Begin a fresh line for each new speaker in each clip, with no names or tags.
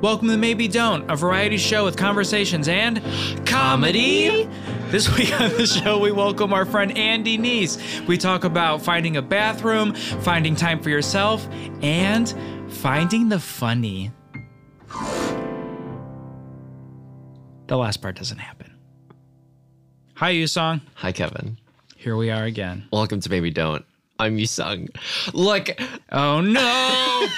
Welcome to Maybe Don't, a variety show with conversations and comedy. This week on the show, we welcome our friend Andy Neese. We talk about finding a bathroom, finding time for yourself, and finding the funny. The last part doesn't happen. Hi, Yusong.
Hi, Kevin.
Here we are again.
Welcome to Maybe Don't. I'm Yusung. Look,
Oh no!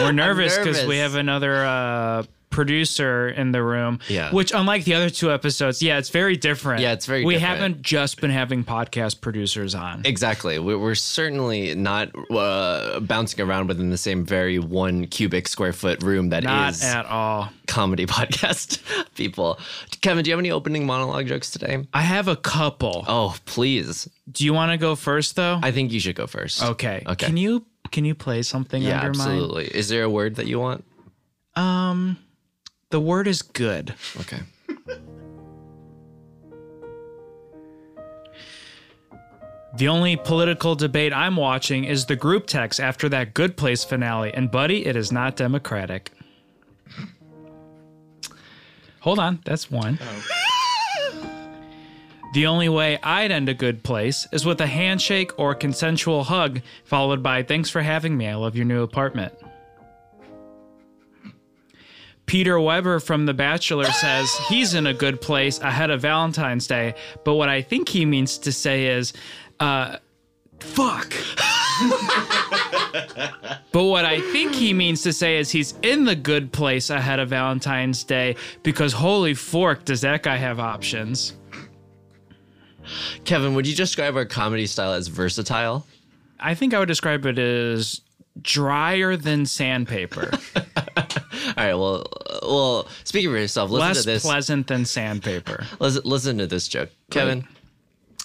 We're nervous because
nervous.
we have another uh, producer in the room.
Yeah.
Which, unlike the other two episodes, yeah, it's very different.
Yeah, it's very
We
different.
haven't just been having podcast producers on.
exactly. We- We're certainly not uh, bouncing around within the same very one cubic square foot room that is
Not at all.
comedy podcast people. Kevin, do you have any opening monologue jokes today?
I have a couple.
Oh, please.
Do you want to go first, though?
I think you should go first.
okay.
Okay.
Can you can you play something
yeah,
under mine?
absolutely. Is there a word that you want?
Um, the word is good.
Okay.
The only political debate I'm watching is the group text after that Good Place finale, and buddy, it is not democratic. Hold on, that's one. The only way I'd end a good place is with a handshake or consensual hug, followed by thanks for having me, I love your new apartment. Peter Weber from The Bachelor says he's in a good place ahead of Valentine's Day, but what I think he means to say is, uh, fuck. but what I think he means to say is he's in the good place ahead of Valentine's Day because holy fork, does that guy have options?
Kevin, would you describe our comedy style as versatile?
I think I would describe it as drier than sandpaper,
All right. Well, uh, well. Speaking for yourself, listen
less
to this.
pleasant than sandpaper.
Listen, listen to this joke, Kevin.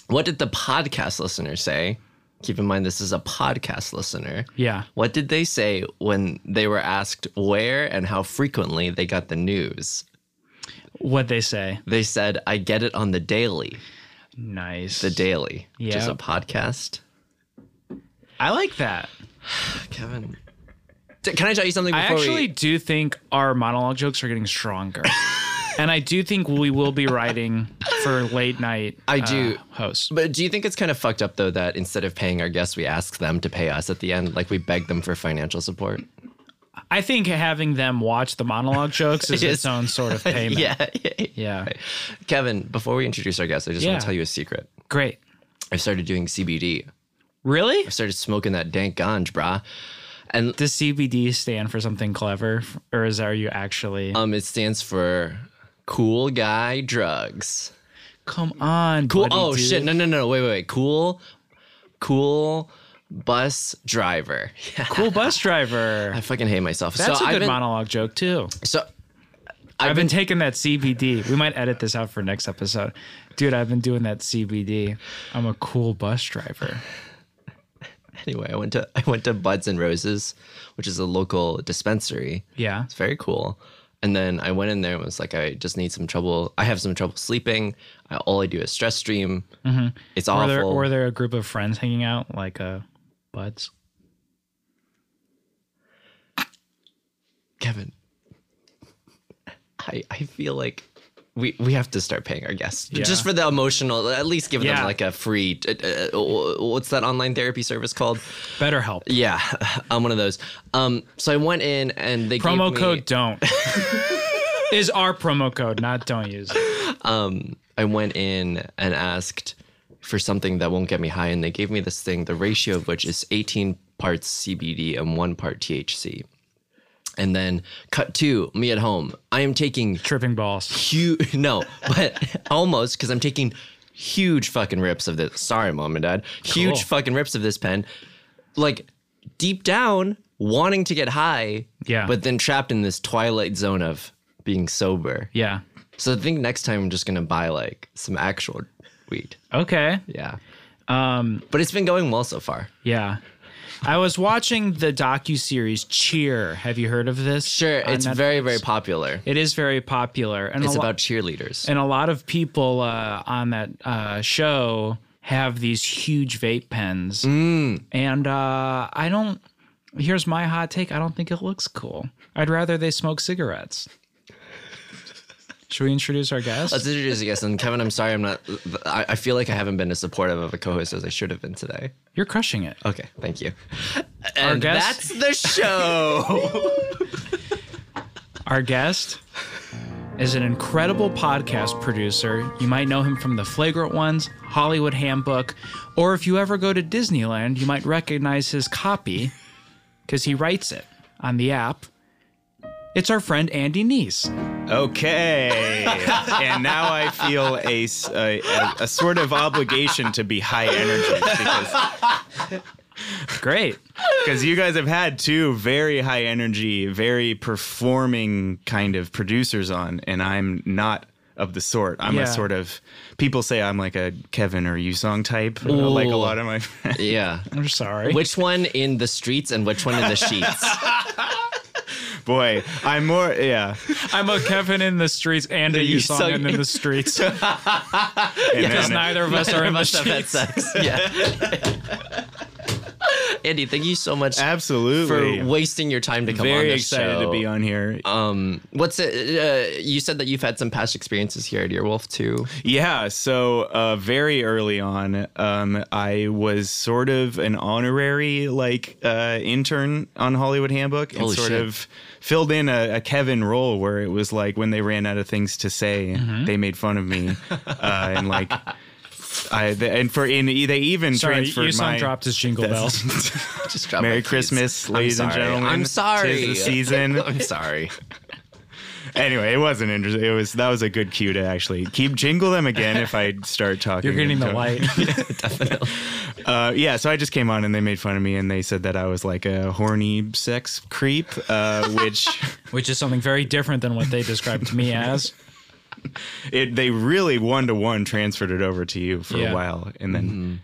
What did the podcast listener say? Keep in mind, this is a podcast listener.
Yeah.
What did they say when they were asked where and how frequently they got the news?
What'd they say?
They said, "I get it on the daily,
Nice.
the daily, which is
Yeah.
a podcast."
I like that.
Kevin, d- can I tell you something?
I
Before
actually
we,
do think our monologue jokes are getting stronger. and I do think we will be writing for late night uh,
I do.
hosts.
but do you think it's kind of fucked up though that instead of paying our guests, we ask them to pay us at the end, like we beg them for financial support?
I think having them watch the monologue jokes is
Yes.
its own sort of payment.
yeah,
Yeah.
Kevin, before we introduce our guest, I just
Yeah.
want to tell you a secret.
Great.
I've started doing CBD.
Really?
I started smoking that dank ganj, brah. And
Does CBD stand for something clever or is are you actually
um, it stands for cool guy drugs.
Come on.
Cool.
buddy,
Oh
dude.
shit! No, no, no. Wait, wait, wait. Cool, cool bus driver. Yeah.
Cool bus driver.
I fucking hate myself.
That's
so
a good
I've been,
monologue joke too.
So
I've been taking that CBD. We might edit this out for next episode. Dude, I've been doing that CBD. I'm a cool bus driver.
anyway, I went to I went to Buds and Roses, which is a local dispensary.
Yeah.
It's very cool. And then I went in there and was like, I just need some trouble. I have some trouble sleeping. I, all I do is stress dream. It's
Were Mm-hmm.
awful.
there, were there a group of friends hanging out like uh, buds?
Kevin, I I feel like we we have to start paying our guests just for the emotional. At least give
Yeah.
them like a free. Uh, uh, what's that online therapy service called?
Better help.
Yeah, I'm one of those. Um, so I went in and they
Promo
gave me,
code don't is our promo code, not don't use it.
um, I went in and asked for something that won't get me high, and they gave me this thing, the ratio of which is 18 parts CBD and one part THC. And then cut two, me at home. I am taking
Tripping balls.
huge, no, but almost because I'm taking huge fucking rips of this. Sorry, mom and dad. Huge
Cool.
fucking rips of this pen. Like deep down, wanting to get high,
Yeah.
but then trapped in this twilight zone of being sober.
Yeah.
So I think next time I'm just gonna buy like some actual weed.
Okay.
Yeah. Um, but it's been going well so far.
Yeah. I was watching the docu series Cheer. Have you heard of this?
Sure,
on
it's
Netflix?
very very popular.
It is very popular, and
It's
a lot,
about cheerleaders.
and a lot of people uh, on that uh,
Mm.
show have these huge vape pens, and uh, I don't. Here's my hot take. I don't think it looks cool. I'd rather they smoke cigarettes. Should we introduce our guest?
Let's introduce a guest. And Kevin, I'm sorry, I'm not. I, I feel like I haven't been as supportive of a co-host as I should have been today.
You're crushing it.
Okay, thank you.
Our
And
guest-
that's the show.
Our guest is an incredible podcast producer. You might know him from The Flagrant Ones, Hollywood Handbook, or if you ever go to Disneyland, you might recognize his copy because he writes it on the app. It's our friend Andy Neese.
Okay. and now I feel a, s- a- a- a sort of obligation to be high energy because
Great.
because you guys have had two very high energy, very performing kind of producers on, and I'm not of the sort. I'm
Yeah.
a sort of people say I'm like a Kevin or you song type, you know, like a
Ooh.
lot of my friends.
yeah.
I'm sorry.
Which one in the streets and which one in the sheets?
Boy, I'm more yeah.
I'm a Kevin in the streets and a
You
you song
sung-
and in the streets because
And then-
neither of us are in the
Must have had
streets.
sex. Yeah. Andy, thank you so much
absolutely.
for wasting your time to come on
very
this
excited
show.
to be on here.
What's it? Uh, you said that you've had some past experiences here at Earwolf too.
Yeah, so uh, very early on, um, I was sort of an honorary like uh, intern on Hollywood Handbook and
Holy
sort
shit.
of filled in a, a Kevin role where it was like when they ran out of things to say,
Mm-hmm.
they made fun of me uh, and like I the, and for and e, they even
Sorry,
transferred
you song
my
dropped his jingle bell.
That's-
Just drop my
Merry
keys.
Christmas,
I'm
ladies and
sorry.
gentlemen.
I'm sorry.
Tis the season.
I'm sorry.
anyway, it wasn't interesting. It was that was a good cue to actually keep jingle them again if I start talking.
You're getting the
Don't-
light.
Uh, yeah, so I just came on and they made fun of me and they said that I was like a horny sex creep, uh, which
which is something very different than what they described me as.
it, they really one to one transferred it over to you for
Yeah.
a while. And then,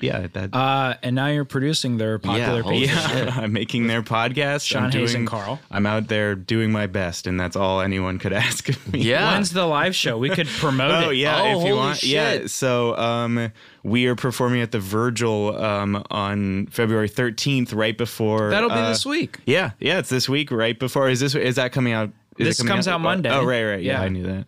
yeah, that.
Uh, and now you're producing their popular
Yeah, holy
pages.
yeah, I'm making their podcast.
Sean
I'm
Hayes
doing,
and Carl.
I'm out there doing my best, and that's all anyone could ask of me.
Yeah.
When's the live show? We could promote
Oh
it.
yeah,
Oh,
if
holy
you want. Yeah.
shit.
So um, we are performing at the Virgil um, on February 13th, right before.
That'll be
uh,
this week.
Yeah, yeah, it's this week, right before. Is this is that coming out? Is
This
it coming
comes out
Oh,
Monday.
Oh, right, right. Yeah,
Yeah.
I knew that.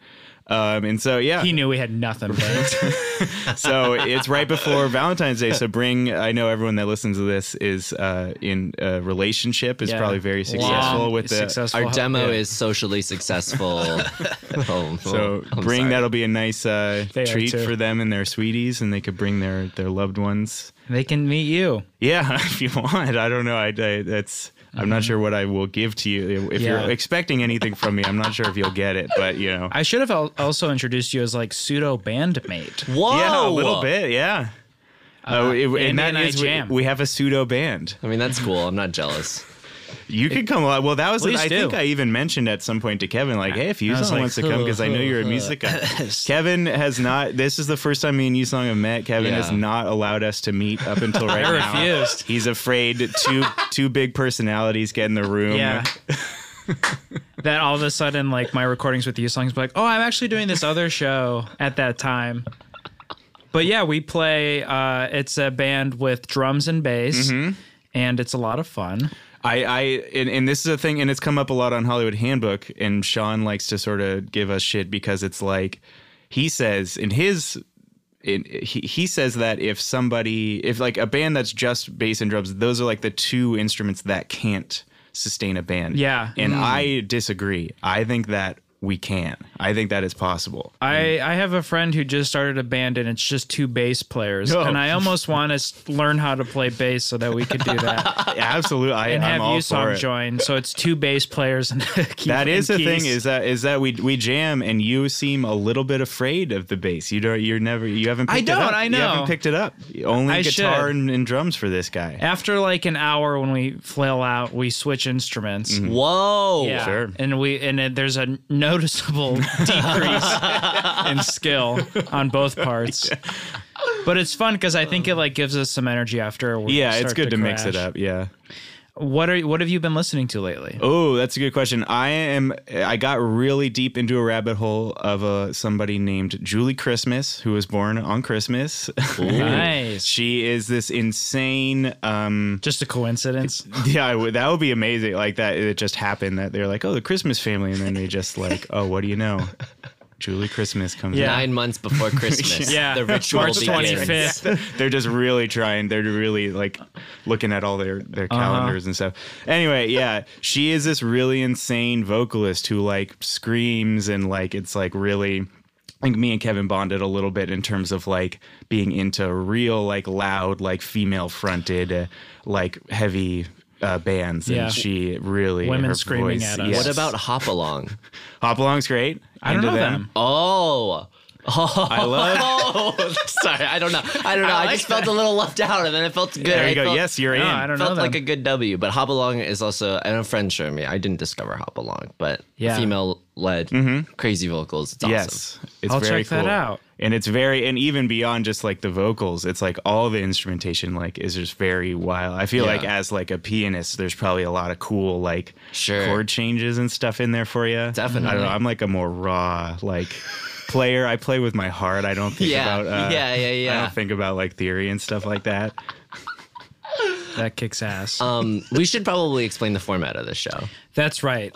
Um, and so yeah,
He knew we had nothing. But
so it's right before Valentine's Day. So bring. I know everyone that listens to this is uh, in a relationship is
Yeah.
probably very successful
Long
with the.
successful
Our
help.
demo is socially successful. oh,
So bring that'll be a nice uh,
They are
treat
too.
for them and their sweeties, and they could bring their their loved ones.
They can meet you.
Yeah, if you want. I don't know. I, I that's. I'm not sure what I will give to you. If
Mm-hmm. Yeah.
you're expecting anything from me, I'm not sure if you'll get it. But you know,
I should have al- also introduced you as like pseudo bandmate.
Whoa,
Yeah, a little bit. Yeah. Oh, it- and that
Uh, and I
is we-
jam.
we, have a pseudo band.
I mean, that's cool. I'm not jealous.
You could come. along. Well, that was.
Please
I
do.
think I even mentioned at some point to Kevin, like, hey, if
I was
Yusong
like,
wants to come, because I know you're a music guy. Kevin has not. This is the first time me and Yusong have met. Kevin
Yeah.
has not allowed us to meet up until right now.
refused.
He's afraid two two big personalities get in the room.
Yeah. that all of a sudden, like my recordings with you songs, be like, oh, I'm actually doing this other show at that time. But yeah, we play. Uh, it's a band with drums and bass, and it's a lot of fun.
I, I and, and this is a thing, and it's come up a lot on Hollywood Handbook, and Sean likes to sort of give us shit because it's like he says in his in, he, he says that if somebody if like a band that's just bass and drums, those are like the two instruments that can't sustain a band.
Yeah. Mm.
And I disagree. I think that we can. I think that is possible.
I, I have a friend who just started a band and it's just two bass players.
No.
And I almost want to learn how to play bass so that we could do that
Absolutely. I,
and
I'm
have
all
you
for
song
it.
join. So it's two bass players and a key-
That is the
and
thing
keys.
is that is that we we jam and you seem a little bit afraid of the bass. You don't you're never you haven't picked
I
it
don't,
up.
I
You
know.
haven't picked it up. Only
I
guitar
should.
and, and drums for this guy.
after like an hour when we flail out, we switch instruments.
Whoa.
Yeah.
Mm-hmm. Sure.
And we and it, there's a noticeable decrease in skill on both parts. But it's fun because I think it like gives us some energy after. We
Yeah, it's
start
good to, mix it
crash.
up. Yeah.
What are what have you been listening to lately?
Oh, that's a good question. I am. I got really deep into a rabbit hole of uh, somebody named Julie Christmas, who was born on Christmas.
Nice.
she is this insane. Um,
Just a coincidence.
yeah, I would- that would be amazing. Like that, it just happened that they're like, oh, the Christmas family, and then they just like, oh, what do you know? Julie Christmas comes.
Yeah.
out.
Nine months before Christmas.
Yeah.
The ritual
March
begins.
25th.
they're just really trying. They're really like looking at all their their
Uh-huh.
calendars and stuff. Anyway, yeah, she is this really insane vocalist who like screams and like it's like really. I think me and Kevin bonded a little bit in terms of like being into real like loud like female fronted uh, like heavy. Uh, bands
Yeah.
and she really
Women
her
screaming
voice-
at us.
yes.
What about Hop Along?
Hop Along's great
I don't
Into
know them.
Oh. Oh,
I love
sorry. I don't know. I don't know. I,
Oh. like
just felt a little left out, and then it felt good.
there
I
you go
felt-
yes you're
No,
in
I don't know.
felt
them.
like a good W. But Hop Along is also, and a friend showed me. I didn't discover Hop Along, but
Yeah.
female led, crazy vocals. It's awesome.
Mm-hmm. Yes, it's
I'll
very
check that
cool.
out.
And it's very, and even beyond just like the vocals, it's like all the instrumentation like is just very wild. I feel
Yeah.
like as like a pianist, there's probably a lot of cool like
Sure.
chord changes and stuff in there for you. I don't
Definitely.
know. I'm like a more raw like player. I play with my heart. I don't think
Yeah.
about. Uh,
Yeah, yeah,
I
yeah.
don't think about like theory and stuff like that.
that kicks ass.
Um, we should probably explain the format of this show.
That's right.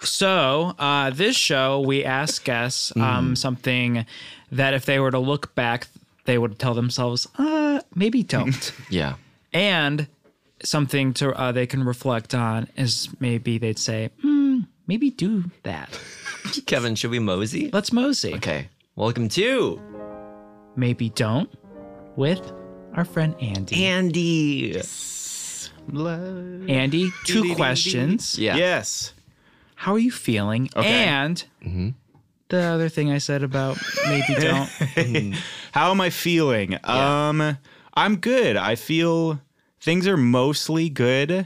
so, uh, this show, we ask guests um, something that if they were to look back, they would tell themselves, uh, maybe don't.
Yeah.
and something to uh, they can reflect on is maybe they'd say, hmm, maybe do that.
Kevin, should we mosey?
Let's mosey.
Okay. Welcome to
Maybe don't with our friend Andy.
Andy.
Love.
Andy, two questions.
Yeah.
Yes.
How are you feeling? And the other thing I said about maybe don't.
How am I feeling? Um, I'm good. I feel things are mostly good. Uh,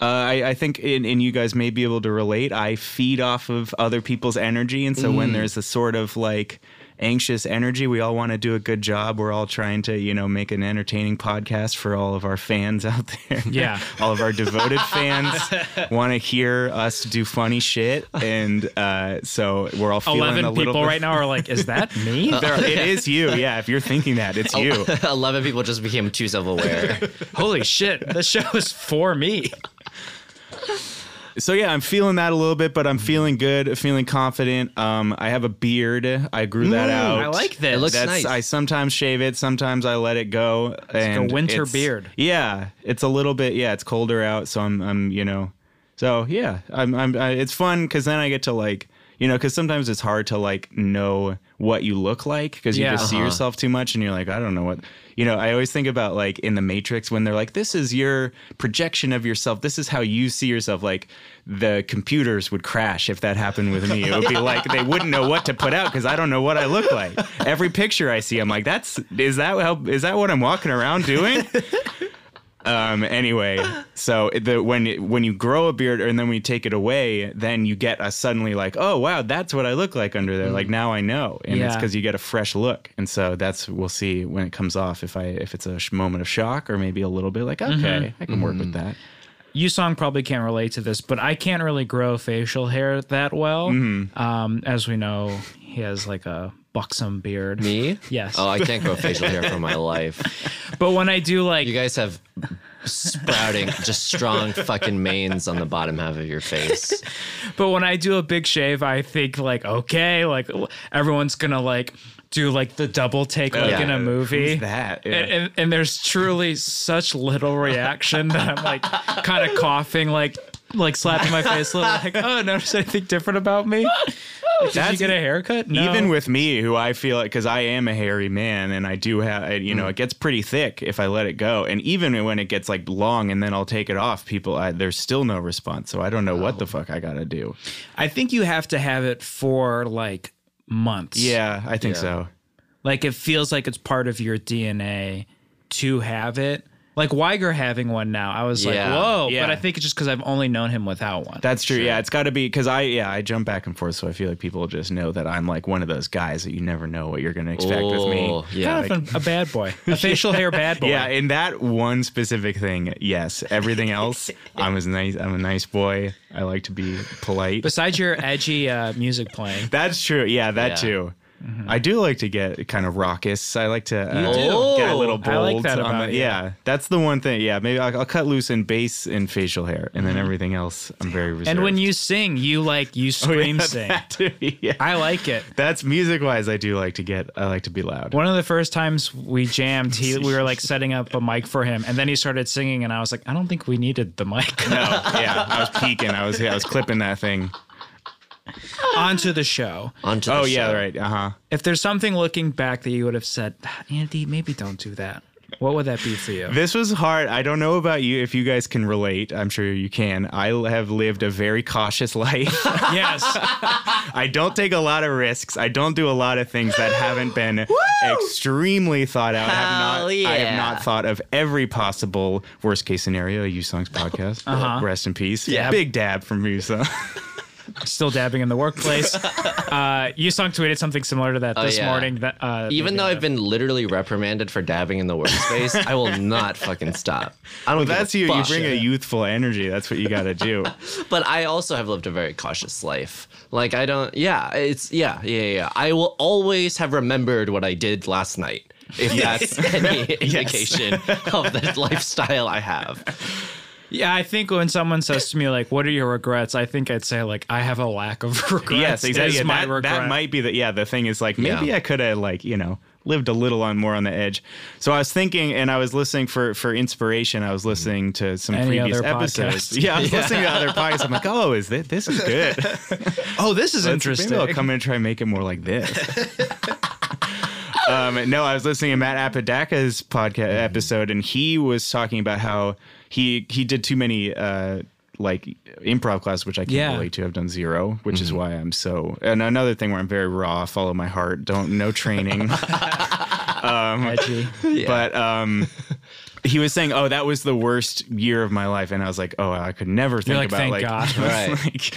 I, I think, and, and you guys may be able to relate. I feed off of other people's energy, and so
Mm.
when there's a sort of like anxious energy, we all want to do a good job. We're all trying to, you know, make an entertaining podcast for all of our fans out there.
Yeah.
all of our devoted fans want to hear us do funny shit, and uh, so we're all feeling a
Eleven
little
people
bit-
right now are like, "Is that me?"
There- it is you, yeah. Oh. If you're thinking that, it's you.
11 people just became too self aware.
Holy shit! The show is for me.
So yeah, I'm feeling that a little bit, but I'm feeling good, feeling confident. Um, I have a beard. Mm, I grew that out.
I like this.
It looks-
That's
nice.
I sometimes shave it, sometimes I let it go. and
winter
it's-
beard.
Yeah, it's a little bit. Yeah, it's colder out, so I'm, I'm, you know, so yeah, I'm, I'm. I, it's fun because then I get to like, you know, because sometimes it's hard to like know what you look like because you
Yeah.
just see
Uh-huh.
yourself too much and you're like, I don't know what. You know, I always think about like in the Matrix when they're like, this is your projection of yourself. This is how you see yourself. Like the computers would crash if that happened with me. It would be like they wouldn't know what to put out because I don't know what I look like. Every picture I see, I'm like, that's is that how is that what I'm walking around doing? Um. Anyway, so the when when you grow a beard and then when you take it away, then you get a suddenly like, oh wow, that's what I look like under there. Like now I know, and it's
Mm. Yeah.
because you get a fresh look. And so that's we'll see when it comes off if I if it's a sh- moment of shock or maybe a little bit like okay,
Mm-hmm.
I can work with that.
you song probably can't relate to this, but I can't really grow facial hair that well. Um, as we know, he has like a buxom beard.
Me?
Yes.
Oh, I can't grow facial hair for my life.
But when I do like
You guys have sprouting, just strong fucking manes on the bottom half of your face.
But when I do a big shave, I think like, okay, like w- everyone's gonna like do like the double take like
yeah.
in a movie.
Who's that? Yeah.
And, and, and there's truly such little reaction that I'm like kind of coughing, like like slapping my face a little, like, oh, notice anything different about me? Like, Did you
That's-
get a haircut? No.
Even with me, who I feel like, because I am a hairy man and I do have, I- you
Mm.
know, it gets pretty thick if I let it go. And even when it gets like long and then I'll take it off, people, I, there's still no response. So I don't know
Oh.
what the fuck I got to do.
I think you have to have it for like months.
Yeah, I think
Yeah.
so.
Like it feels like it's part of your DNA to have it. Like Weiger having one now, I was like,
Yeah.
whoa.
Yeah.
But I think it's just because I've only known him without one.
That's true. Yeah, it's got to be because I yeah I jump back and forth, so I feel like people just know that I'm like one of those guys that you never know what you're going to expect with me.
Oh, Yeah.
kind of an- a bad boy, a facial hair bad boy.
Yeah, in that one specific thing, yes. Everything else, I'm as nice. I'm a nice boy. I like to be polite.
Besides your edgy uh, music playing,
That's true. Yeah, that
Yeah.
too.
Mm-hmm.
I do like to get kind of raucous. I like to uh,
do.
get a little bold.
I like that
on
about
the,
you.
yeah, that's the one thing. Yeah, maybe I'll, I'll cut loose in bass and facial hair, and then everything else, I'm very reserved.
and when you sing, you like you scream sing.
Oh, that too, yeah.
I like it.
That's music wise. I do like to get. I like to be loud.
One of the first times we jammed, he we were like setting up a mic for him, and then he started singing, and I was like, I don't think we needed the mic.
No, yeah, I was peeking. I was. I was clipping that thing.
Onto the show.
Onto the
Oh yeah,
show.
right. Uh huh.
If there's something looking back that you would have said, "Ah, Andy, maybe don't do that. What would that be for you?
This was hard. I don't know about you. If you guys can relate, I'm sure you can. I have lived a very cautious life.
yes.
I don't take a lot of risks. I don't do a lot of things that haven't been extremely thought out. I have,
Hell
not, I have
yeah.
not thought of every possible worst case scenario. You Songs podcast. Rest in peace.
Uh-huh. Yeah.
Big dab from you Sung.
Still dabbing in the workplace. Uh, Yusung tweeted something similar to that this
Oh, yeah.
morning. That uh,
Even though I've been literally reprimanded for dabbing in the workspace, I will not fucking stop. I don't. give
That's
a
you. You
fuck.
bring a youthful energy. That's what you got to do.
But I also have lived a very cautious life. Like I don't. Yeah. It's yeah. Yeah. Yeah. I will always have remembered what I did last night. If that's any indication of the lifestyle I have.
yeah, I think when someone says to me like, "What are your regrets?" I think I'd say like, "I have a lack of regrets."
yes, exactly.
Is
Yeah,
my
that,
regret.
that might be the yeah. The thing is like maybe
Yeah.
I could have like you know lived a little on more on the edge. So I was thinking, and I was listening for for inspiration. I was listening to some
Mm-hmm. Any
previous
other
episodes.
podcast.
Yeah, I was listening to other podcasts. I'm like, oh, is this this is good?
oh, this is
Let's- Maybe I'll
interesting.
come in and try and make it more like this. um, no, I was listening to Matt Apodaca's podcast
Mm-hmm.
episode, and he was talking about how he he did too many uh, like improv class, which I can't
Yeah. Mm-hmm.
relate to. I've done zero, which is why I'm so. And another thing where I'm very raw, follow my heart, don't no training.
Edgy.
But um, he was saying, "Oh, that was the worst year of my life," and I was like, "Oh, I could never think
like,
about
"Thank
like."
God."
I was like-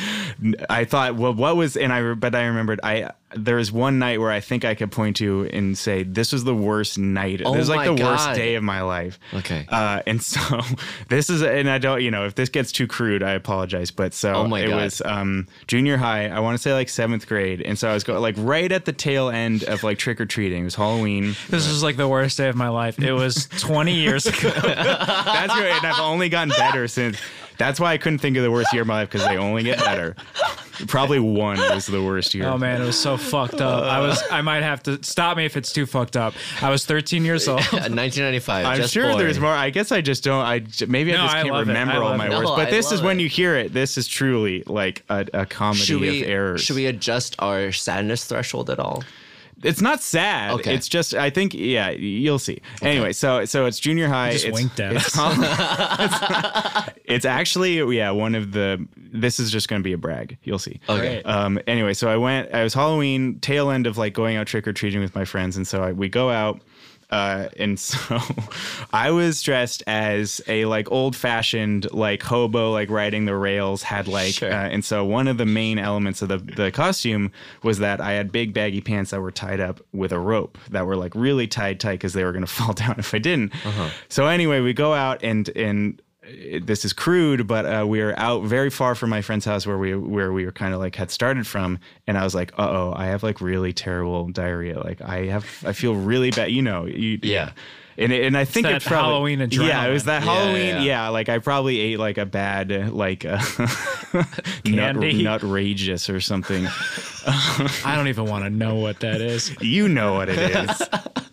I thought, well, what was? And I, re- but I remembered, I there was one night where I think I could point to and say, "This was the worst night.
Oh
this was
my
like the
God.
worst day of my life."
Okay.
Uh, and so this is, and I don't, you know, if this gets too crude, I apologize. But so
Oh my
it
God.
was um, junior high. I want to say like seventh grade, and so I was going like right at the tail end of like trick or treating. It was Halloween.
This is like the worst day of my life. It was 20 years ago.
That's great. And I've only gotten better since. That's why I couldn't think of the worst year of my life because they only get better. Probably one was the worst year.
Oh man, it was so fucked up. I was I might have to stop me if it's too fucked up. I was 13 years old.
1995.
I'm
just
sure
born.
there's more. I guess I just don't. I j- maybe
No,
I just
I
can't
love it. I
remember all
love
my
it.
words.
No,
But
I
this is
love
when
it.
you hear it. This is truly like a, a comedy
Should we,
of errors.
should we adjust our sadness threshold at all?
It's not sad.
Okay.
It's just I think yeah, you'll see. Anyway, so so it's junior high.
just
it's,
winked at
it's, it's- it's actually yeah one of the. This is just going to be a brag. You'll see.
Okay. Great.
Um. Anyway, so I went. I was Halloween tail end of like going out trick or treating with my friends, and so I, we go out. Uh, and so I was dressed as a like old fashioned like hobo like riding the rails had like
Sure.
uh, and so one of the main elements of the, the costume was that I had big baggy pants that were tied up with a rope that were like really tied tight because they were going to fall down if I didn't. So anyway, we go out and and uh, this is crude, but uh, we are out very far from my friend's house where we where we were kind of like had started from, and I was like, uh oh, I have like really terrible diarrhea. Like I have, I feel really bad. You know, you,
Yeah.
And, and I think
that
it probably
Halloween
Yeah, it was
adrenaline.
that
Yeah,
Halloween.
yeah.
Yeah, like I probably ate like a bad uh, like uh, nut,
Candy.
nutrageous or something.
I don't even want to know what that is.
you know what it is.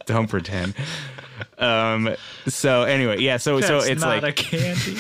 Don't pretend. Um. So anyway, yeah. So so
That's
it's
not
like
a candy.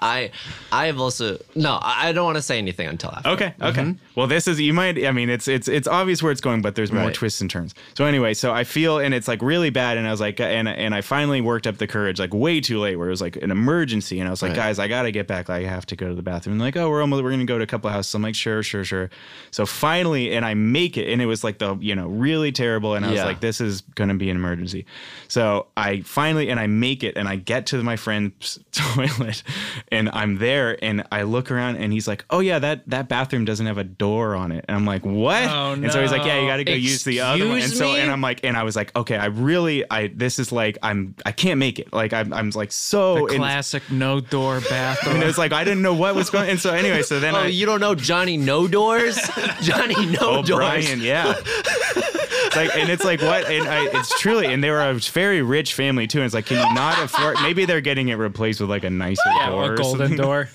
I I have also no. I I don't want to say anything until after.
okay, okay. Well, this is you might. I mean, it's it's it's obvious where it's going, but there's more
Right.
twists and turns. So anyway, so I feel and it's like really bad, and I was like, and and I finally worked up the courage, like way too late, where it was like an emergency, and I was like,
Right.
guys, I gotta get back. Like, I have to go to the bathroom. And like, oh, we're almost we're gonna go to a couple of houses. I'm like, sure, sure, sure. So finally, and I make it, and it was like the you know really terrible, and I was
Yeah.
like, this is gonna be an emergency. So I I finally and I make it and I get to my friend's toilet and I'm there and I look around and he's like, "Oh yeah, that that bathroom doesn't have a door on it." And I'm like, "What?"
Oh,
And so he's like, "Yeah, you
no.
got to go use the other one." And
Excuse
so
me?
and I'm like and I was like, "Okay, I really I this is like I'm I can't make it." Like I'm I'm like so Oh, and,
Classic no door bathroom.
and it's like I didn't know what was going. And so anyway, so then
Oh,
I
you don't know Johnny No Doors? Johnny No
Oh,
Doors.
O'Brien, yeah. It's like, and it's like what? And I, it's truly, and they were a very rich family too. And it's like, can you not afford? Maybe they're getting it replaced with like a nicer
yeah,
door,
or
or
golden
something.
door.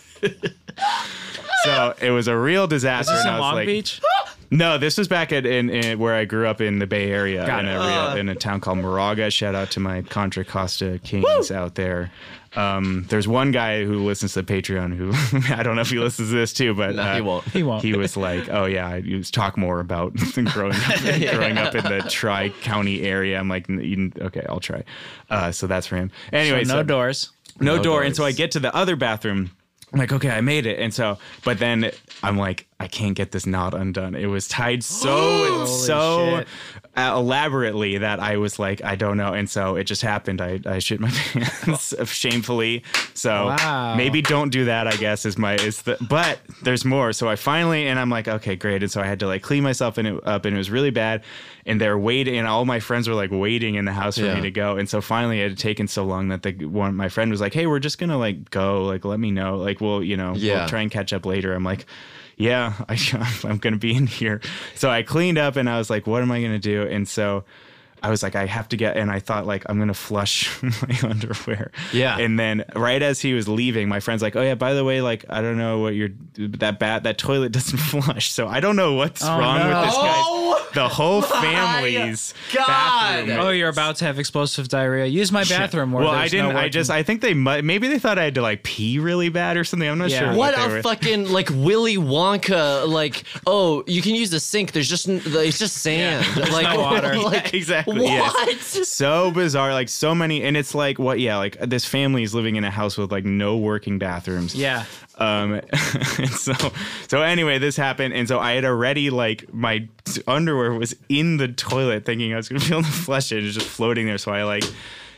So it was a real disaster.
Is this in
and I was
Long
like,
Beach?
No, this was back at in, in where I grew up in the Bay Area,
Got
in
it.
a,
Uh.
real, in a town called Moraga. Shout out to my Contra Costa Kings out there. Um, there's one guy who listens to Patreon who I don't know if he listens to this too, but uh,
No, he won't.
He won't.
he was like, "Oh yeah, I used to talk more about growing up, growing up in the Tri County area." I'm like, "N- you- "Okay, I'll try." Uh, so that's for him. Anyway,
no
so-
doors.
no,
No
door. And so I
doors.
get to the other bathroom. I'm like, okay, I made it. And so, but then I'm like, I can't get this knot undone. It was tied so and so
shit.
uh, elaborately that I was like, I don't know. And so it just happened. I, I shit my pants shamefully. So
Wow.
maybe don't do that, I guess, is my, is the, but there's more. So I finally, and I'm like, okay, great. And so I had to like clean myself and it, up and it was really bad. And they're waiting, and all my friends were like waiting in the house for
Yeah.
me to go. And so finally, it had taken so long that the one my friend was like, "Hey, we're just gonna like go. Like, let me know. Like, we'll you know,
Yeah.
we'll try and catch up later." I'm like, "Yeah, I, I'm gonna be in here." So I cleaned up and I was like, "What am I gonna do?" And so. I was like, I have to get, and I thought like I'm gonna flush my underwear.
Yeah.
And then right as he was leaving, my friend's like, Oh yeah, by the way, like I don't know what you're that bat that toilet doesn't flush. So I don't know what's wrong
no.
with this guy.
Oh
The whole family's
God.
bathroom
Oh, you're about to have explosive diarrhea. Use my bathroom. Where
well, I
there's
didn't.
nowhere
I
to-
just. I think they might. Maybe they thought I had to like pee really bad or something. I'm not
Yeah.
sure.
What
they
a
were-
fucking like Willy Wonka like oh you can use the sink there's just n- it's just sand like
no water.
like
exactly. yes.
what
So bizarre. Like so many, and it's like what? Yeah. Like this family is living in a house with like no working bathrooms.
Yeah.
Um. and so so anyway, this happened, and so I had already like my underwear was in the toilet, thinking I was gonna be able to flush it. It was just floating there. So I like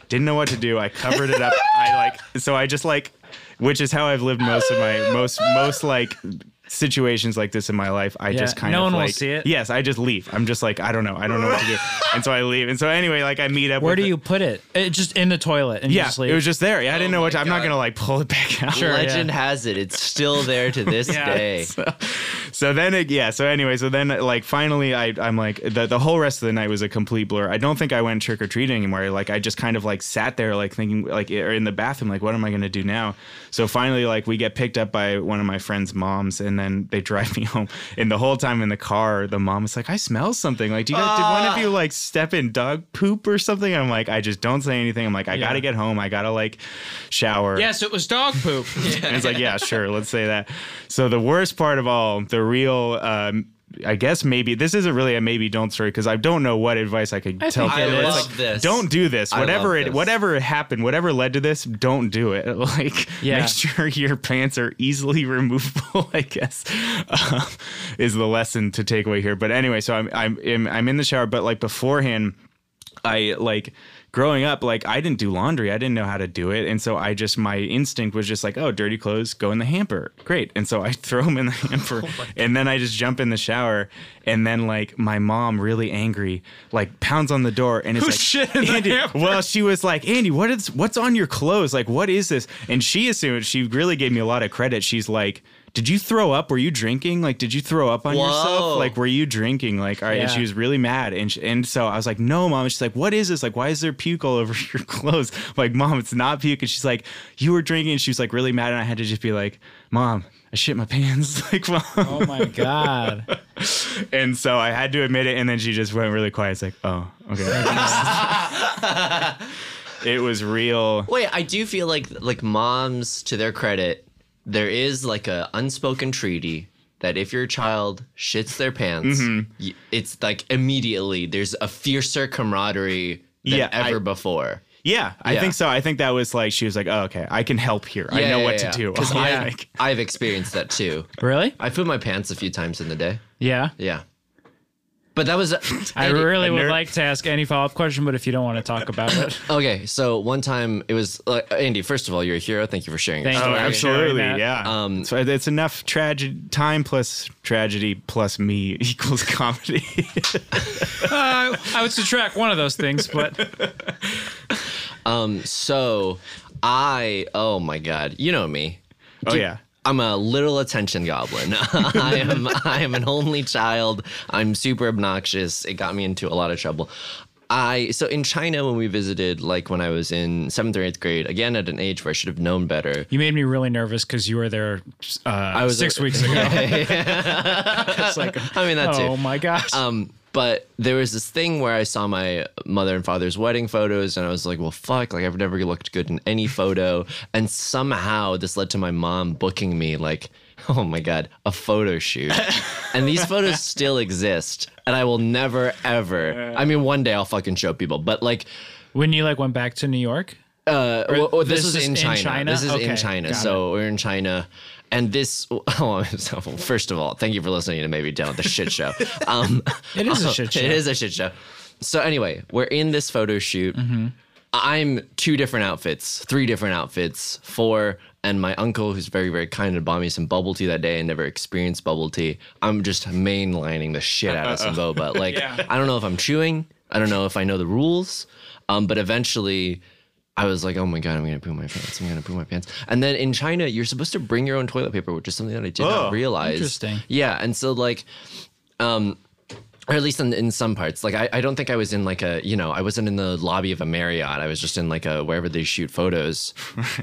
didn't know what to do. I covered it up. I like so I just like, which is how I've lived most of my most most like situations like this in my life. I just kind
no
of
one will
like
see it.
yes, I just leave. I'm just like I don't know. I don't know what to do. and so I leave. And so anyway, like I meet up.
Where
with
do
the-
you put it? it? Just in the toilet and you
Yeah,
just leave.
it was just there. Yeah, I didn't know what. To, I'm not
God.
gonna like pull it back out.
Sure.
legend has it it's still there to this
Yeah.
day
So then it yeah. So anyway, so then like finally I I'm like the the whole rest of the night was a complete blur. I don't think I went trick or treating anymore. Like I just kind of like sat there like thinking like or in the bathroom like what am I gonna do now? So finally like we get picked up by one of my friend's moms and then they drive me home. And the whole time in the car the mom is like I smell something. Like do you guys, did one of you like step in dog poop or something? I'm like I just don't say anything. I'm like I
Yeah.
gotta get home. I gotta like shower.
yes, it was dog poop.
And it's like, yeah, sure, let's say that. So the worst part of all, the real, um, I guess maybe this isn't really a maybe don't story because I don't know what advice I could tell.
think it
people.
is.
It's
I
love this.
Don't do this.
I
Whatever
love
it,
this.
whatever happened, whatever led to this, don't do it. Like,
Yeah.
make sure your pants are easily removable. I guess um, is the lesson to take away here. But anyway, so I'm I'm I'm- I'm in the shower, but like beforehand. I like growing up, like I didn't do laundry. I didn't know how to do it. And so I just, my instinct was just like, oh, dirty clothes go in the hamper. Great. And so I throw them in the hamper
Oh
and then I just jump in the shower. And then, like, my mom, really angry, like pounds on the door and it's like,
shit in the
Andy,
hamper?
well, she was like, Andy, what is, what's on your clothes? Like, what is this? And she assumed, she really gave me a lot of credit. She's like, did you throw up? Were you drinking? Like, did you throw up on
Whoa.
yourself? Like, were you drinking? Like, all right. And
Yeah.
she was really mad. And, she, and so I was like, no, mom. And she's like, what is this? Like, why is there puke all over your clothes? I'm like, mom, it's not puke. And she's like, you were drinking. And she was like, really mad. And I had to just be like, mom, I shit my pants. like, mom.
oh my god.
And so I had to admit it. And then she just went really quiet. It's like, oh, okay. it was real.
Wait, I do feel like like moms, to their credit, there is like a unspoken treaty that if your child shits their pants, y- it's like immediately there's a fiercer camaraderie than
Yeah, I-
ever before.
Yeah, I
Yeah.
think so. I think that was like, she was like, oh, okay, I can help here. I
Yeah,
know
yeah,
what
yeah.
to do.
'Cause
I,
I- I've experienced that too.
Really?
I put my pants a few times in the day.
Yeah.
Yeah. But that was
I
Andy-
really would
nerd.
like to ask any follow up question, but if you don't want to talk about it,
Okay, so one time it was uh, Andy. First of all, you're a hero. Thank you for sharing. your
Thank
Oh,
story.
you.
absolutely,
sharing that.
yeah. Um, so it's enough tragedy, time plus tragedy plus me equals comedy.
uh, I would subtract one of those things. But
So I, oh my god, you know me.
oh yeah,
I'm a little attention goblin. I am I am an only child. I'm super obnoxious. It got me into a lot of trouble. I so in China when we visited, like when I was in seventh or eighth grade, again at an age where I should have known better.
you made me really nervous because you were there uh,
was
six
a-
weeks ago.
It's like I mean that
oh
too.
my gosh!
Um, but there was this thing where I saw my mother and father's wedding photos, and I was like, well, fuck, like I've never looked good in any photo. And somehow this led to my mom booking me, like, oh my God, a photo shoot. and these photos still exist, and I will never, ever, I mean, one day I'll fucking show people, but like,
when you like went back to New York,
uh, well, well, this,
oh, this
is,
is
in
in
China.
China?
This is
Okay,
in China.
got
So we're in China, and this. Oh, so first of all, thank you for listening to maybe down with the shit show. Um,
It is a shit show.
It is a shit show. So anyway, we're in this photo shoot. I'm two different outfits, three different outfits, four. And my uncle, who's very, very kind and bought me some bubble tea that day and never experienced bubble tea, I'm just mainlining the shit out of some boba. Like, I don't know if I'm chewing. I don't know if I know the rules. Um, but eventually, I was like, oh my God, I'm going to poo my pants. I'm going to poo my pants. And then in China, you're supposed to bring your own toilet paper, which is something that I did
Oh,
not realize.
interesting.
Yeah. And so, like, um, or at least in, in some parts. Like I, I don't think I was in like a you know I wasn't in the lobby of a Marriott. I was just in like a wherever they shoot photos,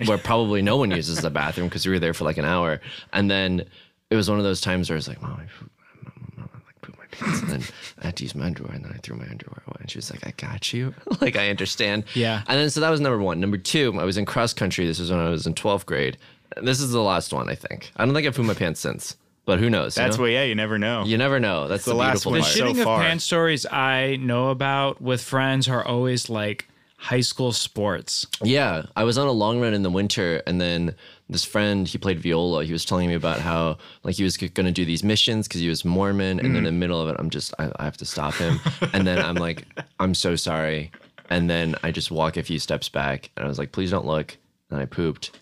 where probably no one uses the bathroom because we were there for like an hour. And then it was one of those times where I was like, Mom, I pooped- Mom, Mom, I, like pooped my pants, and then I had to use my underwear, and then I threw my underwear away. And she was like, I got you. like I understand.
Yeah.
And then so that was number one. Number two, I was in cross country. This was when I was in twelfth grade. This is the last one I think. I don't think I've pooped my pants since, but who knows? you
that's
know?
what. Yeah, you never know.
You never know. That's the,
last
beautiful
one.
the
part.
so
shitting
far.
of pants stories I know about with friends are always like high school sports.
Yeah, I was on a long run in the winter, and then this friend, he played viola. He was telling me about how like he was going to do these missions because he was Mormon, and then in the middle of it, I'm just I, I have to stop him, and then I'm like, I'm so sorry, and then I just walk a few steps back, and I was like, please don't look, and I pooped.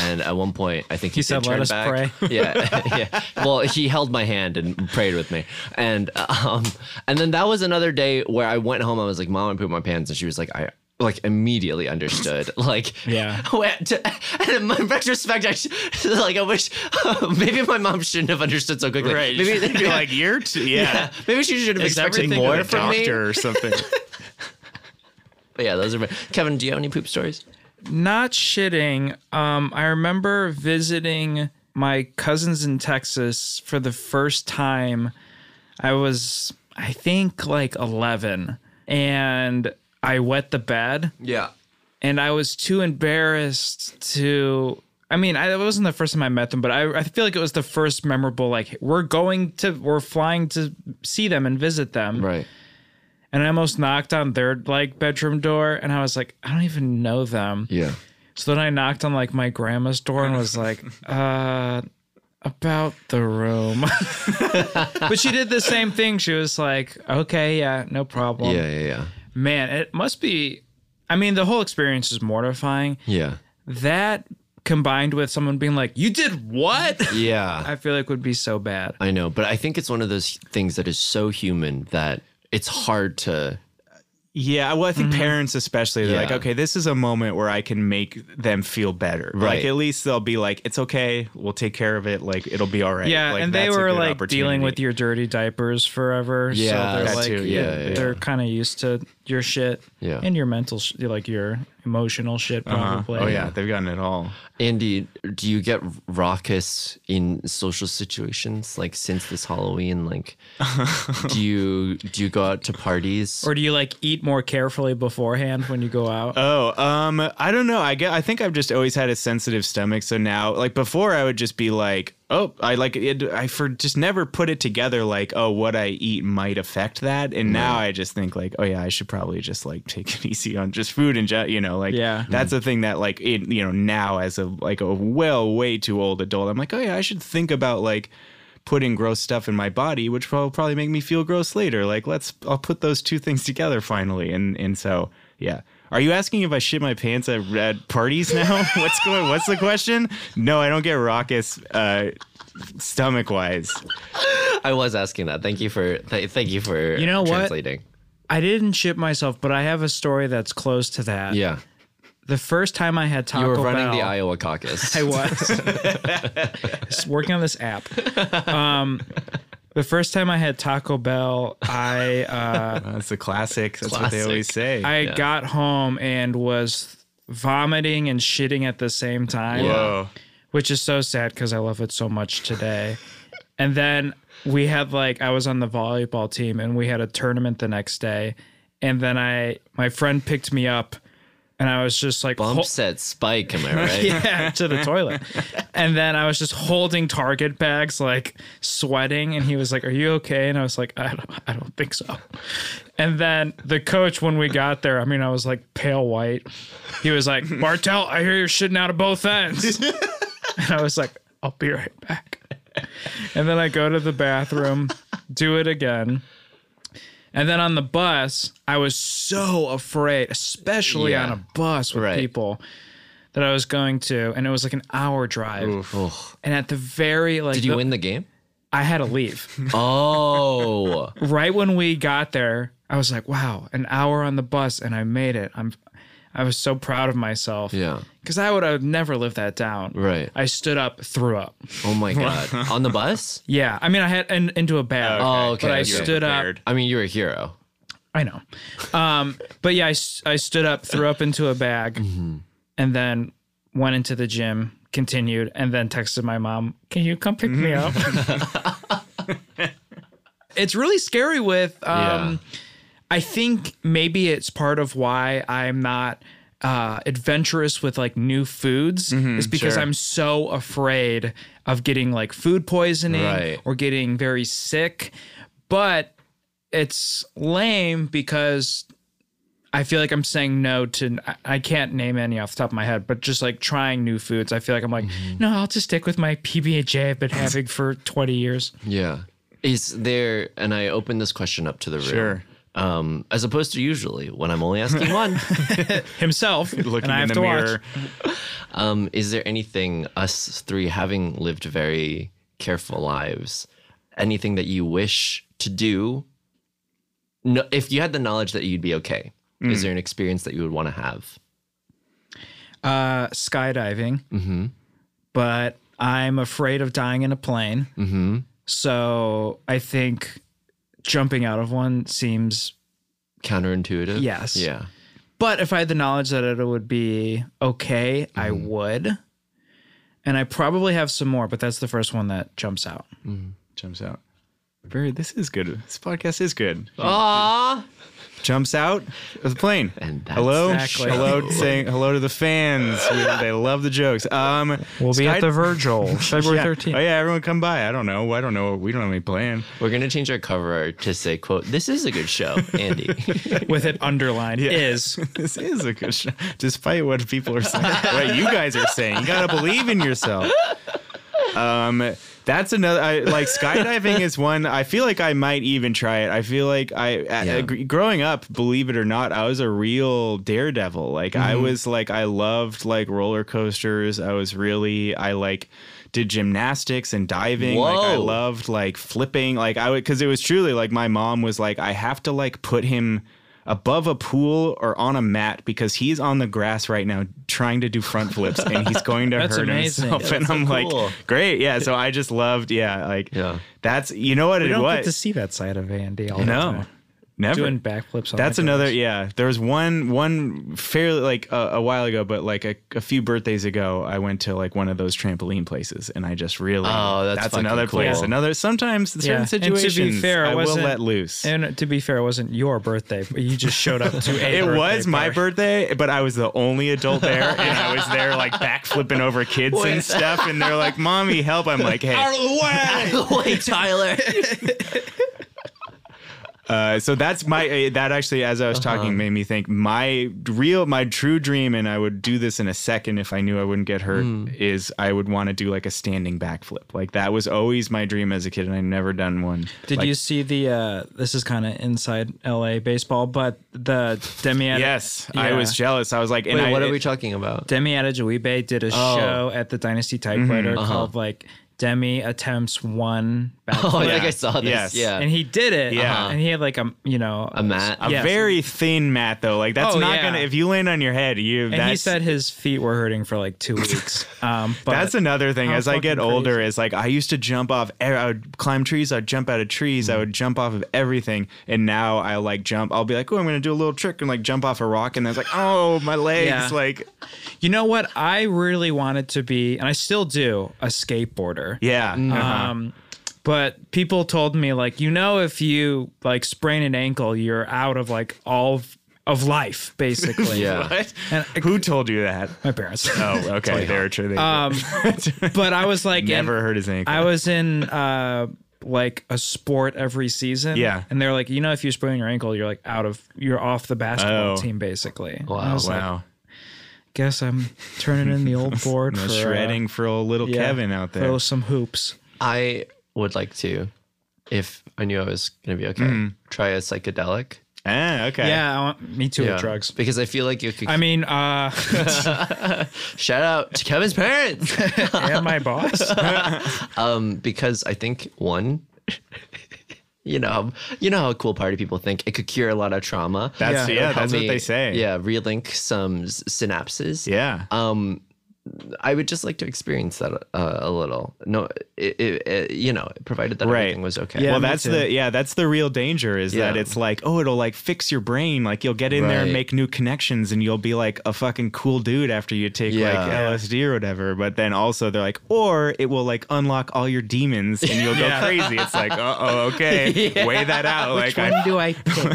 And at one point, I think he,
said,
did
"Let
turn
us
back.
pray."
Yeah, yeah. Well, he held my hand and prayed with me, and um, and then that was another day where I went home. I was like, "Mom, I pooped my pants," and she was like, "I." Like immediately understood, like
Yeah.
Wait, to- and in my retrospect, I sh- like I wish maybe my mom shouldn't have understood so quickly.
Right.
Maybe
You'd be like, you're too, yeah.
maybe she should have
Is
expected
everything with
more
a
from me.
doctor or something.
But yeah, those are my- Kevin. Do you have any poop stories?
Not shitting. Um, I remember visiting my cousins in Texas for the first time. I was, I think, like 11, and I wet the bed.
Yeah.
and I was too embarrassed to. I mean, I, it wasn't the first time I met them, but I, I feel like it was the first memorable. Like, we're going to, we're flying to see them and visit them,
Right.
and I almost knocked on their like bedroom door, and I was like, I don't even know them.
Yeah.
So then I knocked on like my grandma's door and was like, uh, about the room. but she did the same thing. She was like, okay, yeah, no problem.
Yeah. Yeah. Yeah.
Man, it must be. I mean, the whole experience is mortifying
Yeah.
that combined with someone being like, "You did what?"
Yeah.
I feel like would be so bad.
I know, but I think it's one of those things that is so human that it's hard to.
Yeah, well, I think parents especially, they're like,
Yeah.
okay, this is a moment where I can make them feel better. Like
Right.
at least they'll be like, it's okay, we'll take care of it. Like it'll be all right.
Yeah,
like,
and they
that's a
were
good
like dealing
opportunity.
with your dirty diapers forever.
Yeah,
so they're
that
like,
too, yeah,
yeah, yeah.
they're kind of used to your shit.
Yeah.
and your mental, sh- like your emotional shit, probably.
Oh yeah, they've gotten it all.
Andy, do you get raucous in social situations? Like since this Halloween, like do you do you go out to parties?
Or do you like eat more carefully beforehand when you go out?
Oh, um, I don't know. I get, I think I've just always had a sensitive stomach. So now, like before, I would just be like, oh, I like it. I for just never put it together. Like, oh, what I eat might affect that. And now I just think like, oh yeah, I should probably just like take it easy on just food and just you know like
Yeah.
That's the thing that like it you know now as a like a well way too old adult, I'm like, oh yeah, I should think about like putting gross stuff in my body, which will probably make me feel gross later. Like let's I'll put those two things together finally. And and so yeah. Are you asking if I shit my pants at, at parties now? what's going? What's the question? No, I don't get raucous uh, stomach wise.
I was asking that. Thank you for th- thank you for
You know what?
translating.
I didn't ship myself, but I have a story that's close to that.
Yeah,
The first time I had Taco
you were running
Bell,
the Iowa caucus.
I was Just working on this app. Um, the first time I had Taco Bell, I uh,
That's the classic. That's what they always say.
I got home and was vomiting and shitting at the same time.
Whoa.
which is so sad because I love it so much today. and then we had like I was on the volleyball team and we had a tournament the next day. And then I my friend picked me up and I was just like
Bump
hol-
set spike. Am I right?
yeah, to the toilet. And then I was just holding target bags, like sweating. And he was like, Are you okay? And I was like, I don't, I don't think so. And then the coach, when we got there, I mean, I was like pale white. He was like, Martel, I hear you're shitting out of both ends. and I was like, I'll be right back. And then I go to the bathroom, do it again. And then on the bus, I was so afraid, especially
Yeah.
on a bus with
Right.
people that I was going to, and it was like an hour drive. And at the very like,
Did you
the-
win the game?
I had to leave
Oh,
right when we got there. I was like, wow, an hour on the bus, and I made it. I'm, I was so proud of myself.
Yeah.
because I would have never lived that down.
Right.
I stood up, threw up.
oh my god! On the bus?
Yeah, I mean, I had and into a bag.
Oh, okay.
But I
okay.
stood
prepared.
up.
I mean, you're a hero.
I know. Um, but yeah, I, s- I stood up, threw up into a bag, and then went into the gym, continued, and then texted my mom, Can you come pick me up? it's really scary with. Um, I think maybe it's part of why I'm not uh, adventurous with like new foods is because
Mm-hmm, sure.
I'm so afraid of getting like food poisoning
Right.
or getting very sick. But it's lame because I feel like I'm saying no to I- I can't name any off the top of my head, but just like trying new foods, I feel like I'm like
Mm-hmm.
no, I'll just stick with my PB&J I've been having for 20 years.
Yeah. Is there, and I open this question up to the room.
Sure.
Um, as opposed to usually when I'm only asking one,
Himself
Looking
and I have
in the
to watch.
mirror.
um, is there anything us three having lived very careful lives, anything that you wish to do? No, if you had the knowledge that you'd be okay, is there an experience that you would want to have?
uh, skydiving,
Mm-hmm.
but I'm afraid of dying in a plane.
Mm-hmm.
So I think jumping out of one seems.
Counterintuitive.
Yes.
Yeah.
But if I had the knowledge that it would be okay, I
Mm-hmm.
would. And I probably have some more, but that's the first one that jumps out.
Jumps out. Very. This is good. This podcast is good.
Ah.
Jumps out of the plane.
And that's
hello,
the show.
hello, saying hello to the fans. We- they love the jokes. Um,
We'll be
Sky-
at the Virgil February
yeah.
13th.
Oh yeah, everyone come by. I don't know. I don't know. We don't have any plan.
We're gonna change our cover art to say, "quote This is a good show, Andy."
With it underlined is.
this is a good show, despite what people are saying. what you guys are saying, you gotta believe in yourself. Um, that's another. I, like skydiving is one. I feel like I might even try it. I feel like I, I-
Yeah.
gr- growing up, believe it or not, I was a real daredevil. Like I
Mm-hmm.
was like I loved like roller coasters. I was really I like did gymnastics and diving. Like I
Whoa.
loved like flipping. Like I would because it was truly like my mom was like I have to like put him above a pool or on a mat because he's on the grass right now trying to do front flips and he's going to
That's
hurt
amazing.
himself
That's
and
so
I'm
cool.
like great yeah so I just loved yeah like
Yeah.
that's you know what
We
it
don't
was
get to see that side of Andy all the
no
time.
never
Doing backflips. on
that's
the
another yeah there was one one fairly like a, a while ago but like a, a few birthdays ago I went to like one of those trampoline places and I just really
Oh, that's fucking
another
cool.
place another sometimes
Yeah,
certain
and to be
situations
fair, it
I will
wasn't-
let loose
And to be fair, it wasn't your birthday, but you just showed up to a
It
birthday
was my
party.
birthday, but I was the only adult there, and I was there like back flipping over kids and stuff, and they're like, "Mommy, help!" I'm like, "Hey,
Wait, Tyler.
Uh, so that's my uh, that actually as I was
Uh-huh.
talking made me think my real my true dream and I would do this in a second if I knew I wouldn't get hurt
Hmm.
is I would want to do like a standing backflip like that was always my dream as a kid and I never done one.
Did
Like,
you see the? uh This is kind of inside LA baseball, but the Demian.
Yes, I was
Yeah.
jealous. I was like, and
Wait,
I,
what are we talking about?
Demi Adejuibe did a
Oh.
show at the Dynasty Typewriter
Mm-hmm.
called like Demi attempts one backflip,
Uh-huh. Oh, I think I saw this.
Yes.
Yeah.
and he did it.
Yeah.
and he had like a you know
a mat.
A
Yes.
very thin mat though. Like that's
Oh,
not
yeah.
gonna. If you land on your head, you.
And
that's,
he said his feet were hurting for like two weeks. Um, but
That's another thing.
How
As I get
fucking
older,
crazy.
is like I used to jump off. e- I would climb trees. I'd jump out of trees.
Mm.
I would jump off of everything. And now I like jump. I'll be like, oh, I'm gonna do a little trick and like jump off a rock. And then it's like, oh, my legs.
Yeah.
Like,
you know what? I really wanted to be, and I still do, a skateboarder.
yeah. Uh-huh.
Um, but people told me like, you know, if you like sprain an ankle, you're out of like all of, of life basically.
Yeah.
What?
And
Who told you that?
my parents.
Oh, okay. They're true. They
Um, but I was like, in-
never hurt his ankle.
I was in uh like a sport every season.
Yeah.
And they're like, you know, if you sprain your ankle, you're like out of you're off the basketball
Oh.
team basically. Wow. I
Wow.
was like,
wow.
guess I'm turning in the old board for uh,
Shredding for old little
yeah,
Kevin out there.
Throw some hoops.
I would like to, if I knew I was gonna be okay,
Mm.
try a psychedelic.
ah, okay.
Yeah, I want, me too with drugs.
Because I feel like you could
I mean, uh,
shout out to Kevin's parents.
and my boss.
um, because I think one you know you know how cool party people think it could cure a lot of trauma.
That's
Yeah.
yeah.
It'll help
that's
me,
what they say.
Yeah, relink some s- synapses.
Yeah.
Um, I would just like to experience that uh, a little. No, it, it, it, you know, provided that
Right.
everything was okay.
Yeah.
Well,
well,
me
that's
too.
the yeah, that's the real danger is that
Yeah.
it's like, oh, it'll like fix your brain. Like you'll get in there and
Right.
make new connections and you'll be like a fucking cool dude after you take like
Yeah.
LSD or whatever. But then also they're like, or it will like unlock all your demons and you'll go crazy. It's like, uh oh, okay. Weigh that out. like I,
do I pick?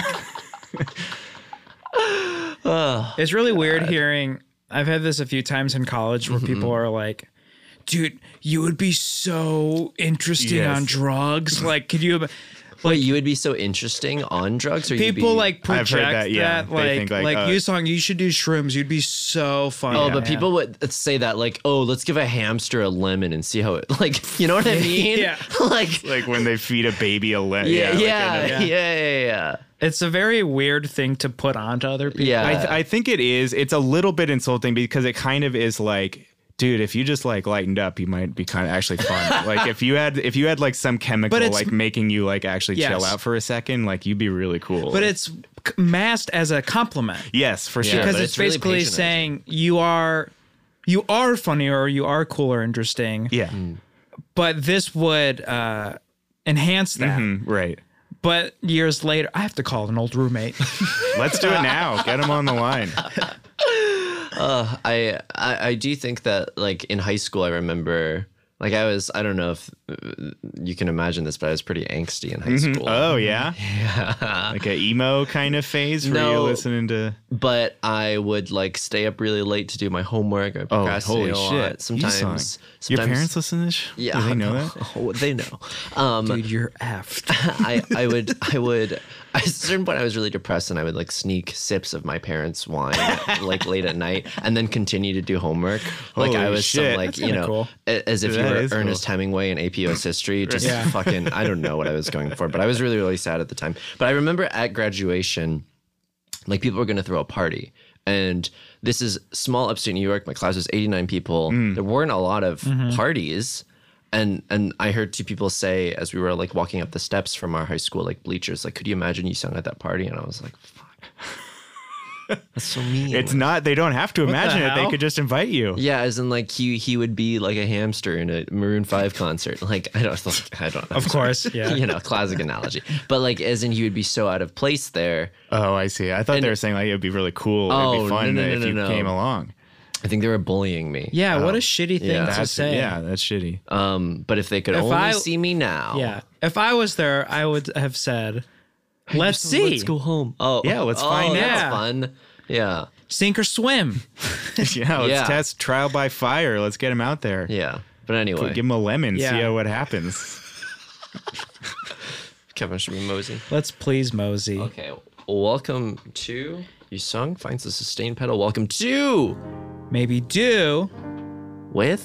it's really weird hearing. I've had this a few times in college where
Mm-hmm.
people are like, "Dude, you would be so interested
Yes.
on drugs. Like, could you?" have-"
Wait, you would be so interesting on drugs, or you'd
People
be-
like
I've heard
project that,
that, yeah. They
like,
think,
like,
like, uh,
you song, you should do shrooms. You'd be so funny.
Oh, but people would say that like, oh, let's give a hamster a lemon and see how it like, you know what I mean?
Yeah.
like,
like when they feed a baby a lemon.
yeah, yeah,
like,
yeah,
yeah.
yeah, yeah, yeah.
it's a very weird thing to put onto other people.
Yeah.
I, th- I think it is. It's a little bit insulting because it kind of is like, dude, if you just like lightened up, you might be kind of actually fun. like if you had if you had like some chemical
it's-
like making you like actually
Yes.
chill out for a second, like you'd be really cool.
But it's c- masked as a compliment.
yes, for
Yeah,
sure.
because
but
it's,
it's really
basically
patronizing.
saying you are you are funnier or you are cool or interesting
yeah,
but this would uh enhance that
Mm-hmm.
Mm, right.
but years later i have to call an old roommate
Let's do it now. Get him on the line.
I, I I do think that like in high school, I remember like I was I don't know if uh, you can imagine this, but I was pretty angsty in high school.
Oh yeah, like a emo kind of phase where
No.
you're listening to.
but I would like stay up really late to do my homework. I
Oh,
procrastinate
holy
a
shit!
lot. Sometimes,
You
sometimes
sung. your parents listen to this. sh-
Yeah,
do they know that.
Oh, they know. Um,
dude you're effed
I, I would I would at a certain point I was really depressed and I would like sneak sips of my parents' wine like late at night and then continue to do homework like I
Holy
was
shit.
some like
That's
you know
cool.
a- as if
That
you were
is
Ernest Hemingway in APO's history just
Yeah.
fucking I don't know what I was going for but I was really really sad at the time but I remember at graduation like people were going to throw a party and this is small upstate new york my class was 89 people
Mm.
there weren't a lot of
Mm-hmm.
parties and and i heard two people say as we were like walking up the steps from our high school like bleachers like could you imagine you sung at that party and i was like fuck that's so mean
It's not. They don't have to imagine it. They
hell?
could just invite you.
yeah, as in like he he would be like a hamster in a Maroon Five concert. Like I don't, I don't.
of course yeah
you know, classic analogy. But like, as in he would be so out of place there.
Oh, I see. I thought they were saying like it would be really cool. It'd
Oh,
be fun
no, no,
if
no,
you
no, no.
came along.
I think they were bullying me.
yeah what a shitty thing
Oh, Yeah.
to
That's
say
yeah, that's shitty.
Um, but if they could
If
only
I-
see me now,
Yeah. if i was there i would have said let's see
Let's go home. Oh,
Yeah, let's
oh,
find
that's
out.
Fun. Yeah,
sink or swim
yeah, let's
yeah.
test trial by fire. Let's get him out there.
yeah. But anyway,
Give him a lemon.
Yeah.
See how what happens.
Kevin should be mosey.
Let's please mosey.
Okay, welcome to Yusung finds the sustain pedal. Welcome to
Maybe do
with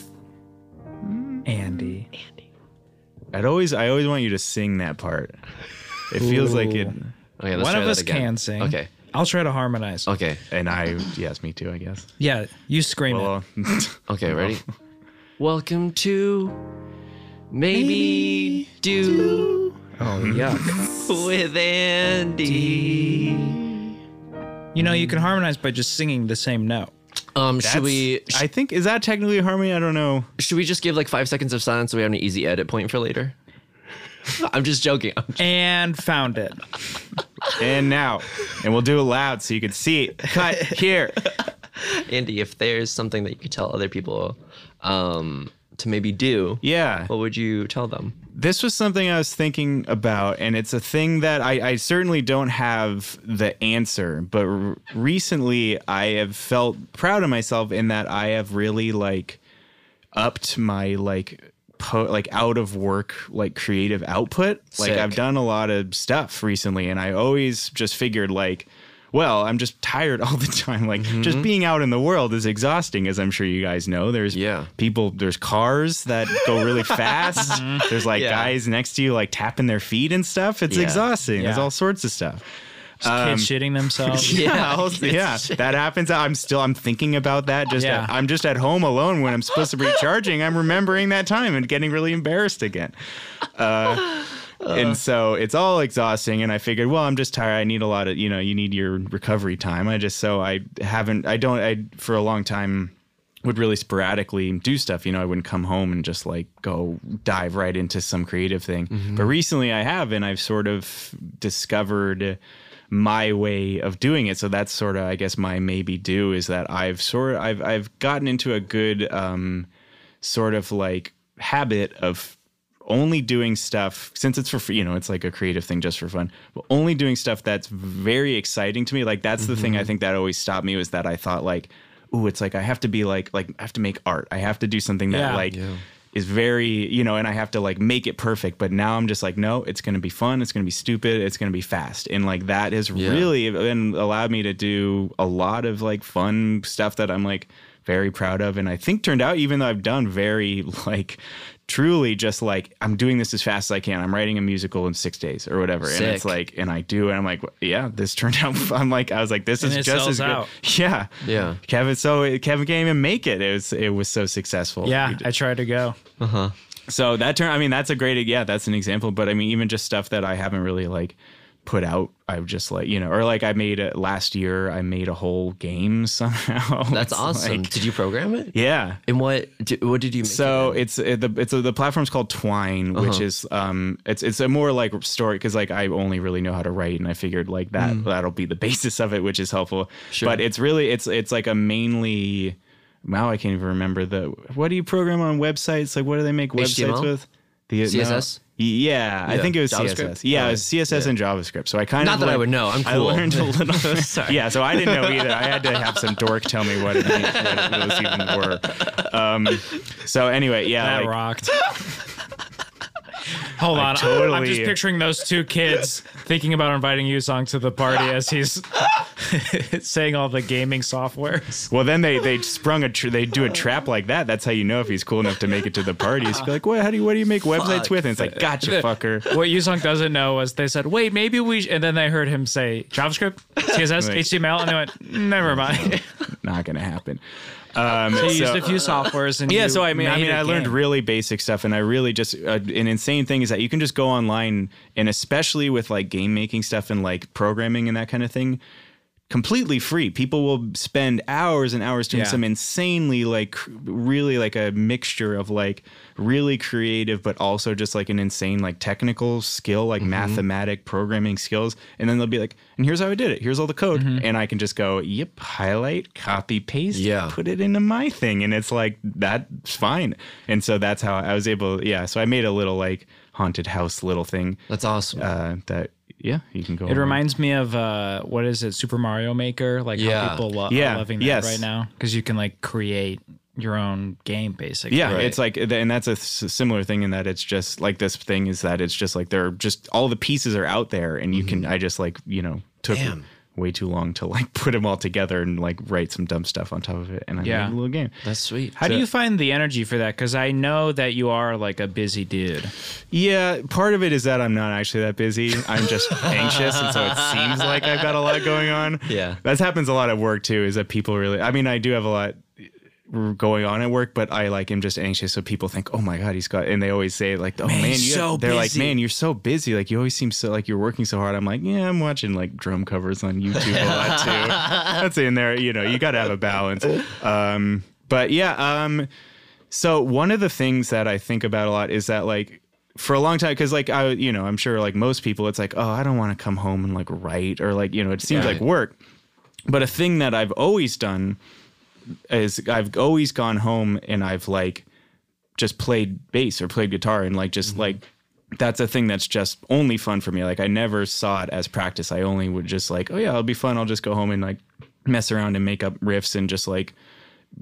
Andy.
I'd always I always want you to sing that part. It feels like it
Ooh.
okay. Let's
One
try
of
that
us
again.
can sing.
Okay,
I'll try to harmonize.
okay,
and I yes, me too, I guess.
Yeah, you scream
Well, uh,
okay. Ready? welcome to maybe, do,
it. Oh yuck.
with Andy. uh,
you know
mm-hmm.
you can harmonize by just singing the same note.
Um,
that's-
should we sh-
I think is that technically harmony? I don't know.
should we just give like five seconds of silence so we have an easy edit point for later? I'm just joking. I'm
And found it.
And now, and we'll do it loud so you can see it. Cut here.
Andy, if there's something that you could tell other people um, to maybe do,
Yeah.
what would you tell them?
this was something I was thinking about, and it's a thing that I, I certainly don't have the answer. But r- recently, I have felt proud of myself in that I have really like upped my like po- like out of work like creative output. Like
Sick.
I've done a lot of stuff recently, and I always just figured like. Well, I'm just tired all the time. Like,
Mm-hmm.
just being out in the world is exhausting, as I'm sure you guys know. There's
Yeah.
people there's cars that go really fast there's like
Yeah.
guys next to you like tapping their feet and stuff it's
Yeah.
exhausting there's
Yeah.
all sorts of stuff Um,
Kids shitting themselves.
Yeah,
I'll- yeah that happens i'm still i'm thinking about that just
Yeah.
i'm just at home alone when i'm supposed to be charging i'm remembering that time and getting really embarrassed again uh, and so it's all exhausting and i figured well i'm just tired i need a lot of you know you need your recovery time i just so i haven't i don't i for a long time would really sporadically do stuff you know i wouldn't come home and just like go dive right into some creative thing but recently i have and i've sort of discovered my way of doing it so that's sort of i guess my maybe do is that i've sort of i've i've gotten into a good um sort of like habit of only doing stuff since it's for free, you know, it's like a creative thing just for fun, but only doing stuff that's very exciting to me. Like that's the thing I think that always stopped me was that I thought like, ooh, it's like I have to be like like I have to make art. I have to do something that
Yeah.
like is very, you know, and I have to like make it perfect. But now I'm just like, no, it's gonna be fun, it's gonna be stupid, it's gonna be fast. And like that has really been allowed me to do a lot of like fun stuff that I'm like very proud of and I think turned out even though I've done very like truly just like I'm doing this as fast as I can. I'm writing a musical in 6 days or whatever. And it's
Sick.
like and I do and I'm like yeah, this turned out I'm like I was like this
And
is
it
just
sells
as good.
out.
Yeah.
Yeah.
Kevin so Kevin can't even make it. It was it was so successful.
Yeah,
He
I tried to go.
so that turn, I mean, that's a great, yeah, that's an example. But I mean, even just stuff that I haven't really like put out, I've just like, you know, or like I made a, last year, I made a whole game somehow.
That's
It's
awesome.
like-
Did you program it?
yeah.
And what di- what did you make?
So it's it, the it's uh, the platform's called Twine,
Uh-huh.
which is um it's it's a more like story because like I only really know how to write, and I figured like that that'll be the basis of it, which is helpful.
Mm. Sure.
But it's really it's it's like a mainly wow I can't even remember the what do you program on websites like what do they make websites
HTML?
with the no.
CSS?
Yeah, I
Yeah.
think it was
JavaScript?
CSS. Yeah, it was CSS and JavaScript. So I kind
Not
of
that I
learned-
would know. I'm
I
cool.
learned a little.
Sorry.
Yeah, so I didn't know either. I had to have some dork tell me what, it, meant- what those even were. Um, so anyway, yeah,
That
like,
rocked. Hold on. I- I'm
totally-
just picturing those two kids thinking about inviting Yusong to the party as he's saying all the gaming softwares.
well, then they they sprung a tr- they do a trap like that. That's how you know if he's cool enough to make it to the parties. You're like, what? How do you what do you make websites
Fuck.
with? And it's like, gotcha, fucker.
What Yusong doesn't know was they said, wait, maybe we, sh-" and then they heard him say JavaScript, CSS,
Right.
HTML, and they went, never mind.
Not gonna happen. Um,
They
so-
used a few softwares and
yeah
you
so i mean i
made
mean
a
i learned
game.
really basic stuff and i really just uh, an insane thing is that you can just go online and especially with like game making stuff and like programming and that kind of thing completely free people will spend hours and hours doing
Yeah.
some insanely like cr- really like a mixture of like really creative but also just like an insane like technical skill like mathematic programming skills and then they'll be like and here's how i did it here's all the code and i can just go yep highlight copy paste
Yeah.
put it into my thing and it's like that's fine and so that's how i was able yeah so i made a little like haunted house little thing
That's awesome.
uh that yeah you can go
It reminds me of uh, what is it, Super Mario Maker? Like
Yeah.
how people lo-
Yeah.
are loving that
Yes.
right now because you can like create
your own game, basically.
Yeah,
Right.
it's like, and that's a s- similar thing in that it's just like this thing is that it's just like they're just all the pieces are out there, and you can. I just like you know took
Damn.
way too long to like put them all together and like write some dumb stuff on top of it, and I
Yeah.
made a little game.
That's sweet.
How do you find the energy for that? Because I know that you are like a busy dude.
Yeah, part of it is that I'm not actually that busy. I'm just anxious, and so it seems like I've got a lot going on.
Yeah.
that happens a lot at work too. Is that people really? I mean, I do have a lot going on at work, but I like am just anxious. So people think, "Oh my god, he's got," and they always say like, "Oh man, you
he's
have-"
so
they're like,
busy.
"Man, you're so busy. Like you always seem so like you're working so hard." I'm like, "Yeah, I'm watching like drum covers on YouTube a lot too." That's in there. You know, you got to have a balance. Um, but yeah, um. So one of the things that I think about a lot is that like for a long time because like I you know I'm sure like most people it's like oh I don't want to come home and like write or like you know it seems
Yeah.
like work, but a thing that I've always done is I've always gone home and I've like just played bass or played guitar and like
Mm-hmm.
just like that's a thing that's just only fun for me. Like I never saw it as practice. I only would just like, oh yeah, it'll be fun. I'll just go home and like mess around and make up riffs and just like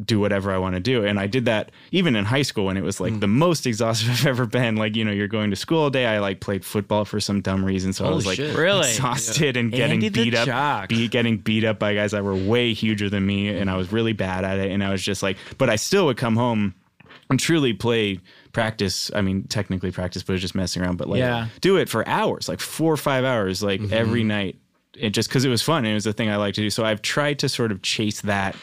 do whatever I want to do. And I did that even in high school when it was
Mm.
like the most exhausted I've ever been. Like, you know, you're going to school all day. I like played football for some dumb reason. So I
Holy
was like
shit.
Really?
exhausted and getting
Andy the
beat
jock.
up, be, getting beat up by guys that were way huger than me. And I was really bad at it. And I was just like, but I still would come home and truly play practice. I mean, technically practice, but it was just messing around. But like,
Yeah.
do it for hours, like four or five hours, like every night. It just because it was fun. and It was the thing I like to do. So I've tried to sort of chase that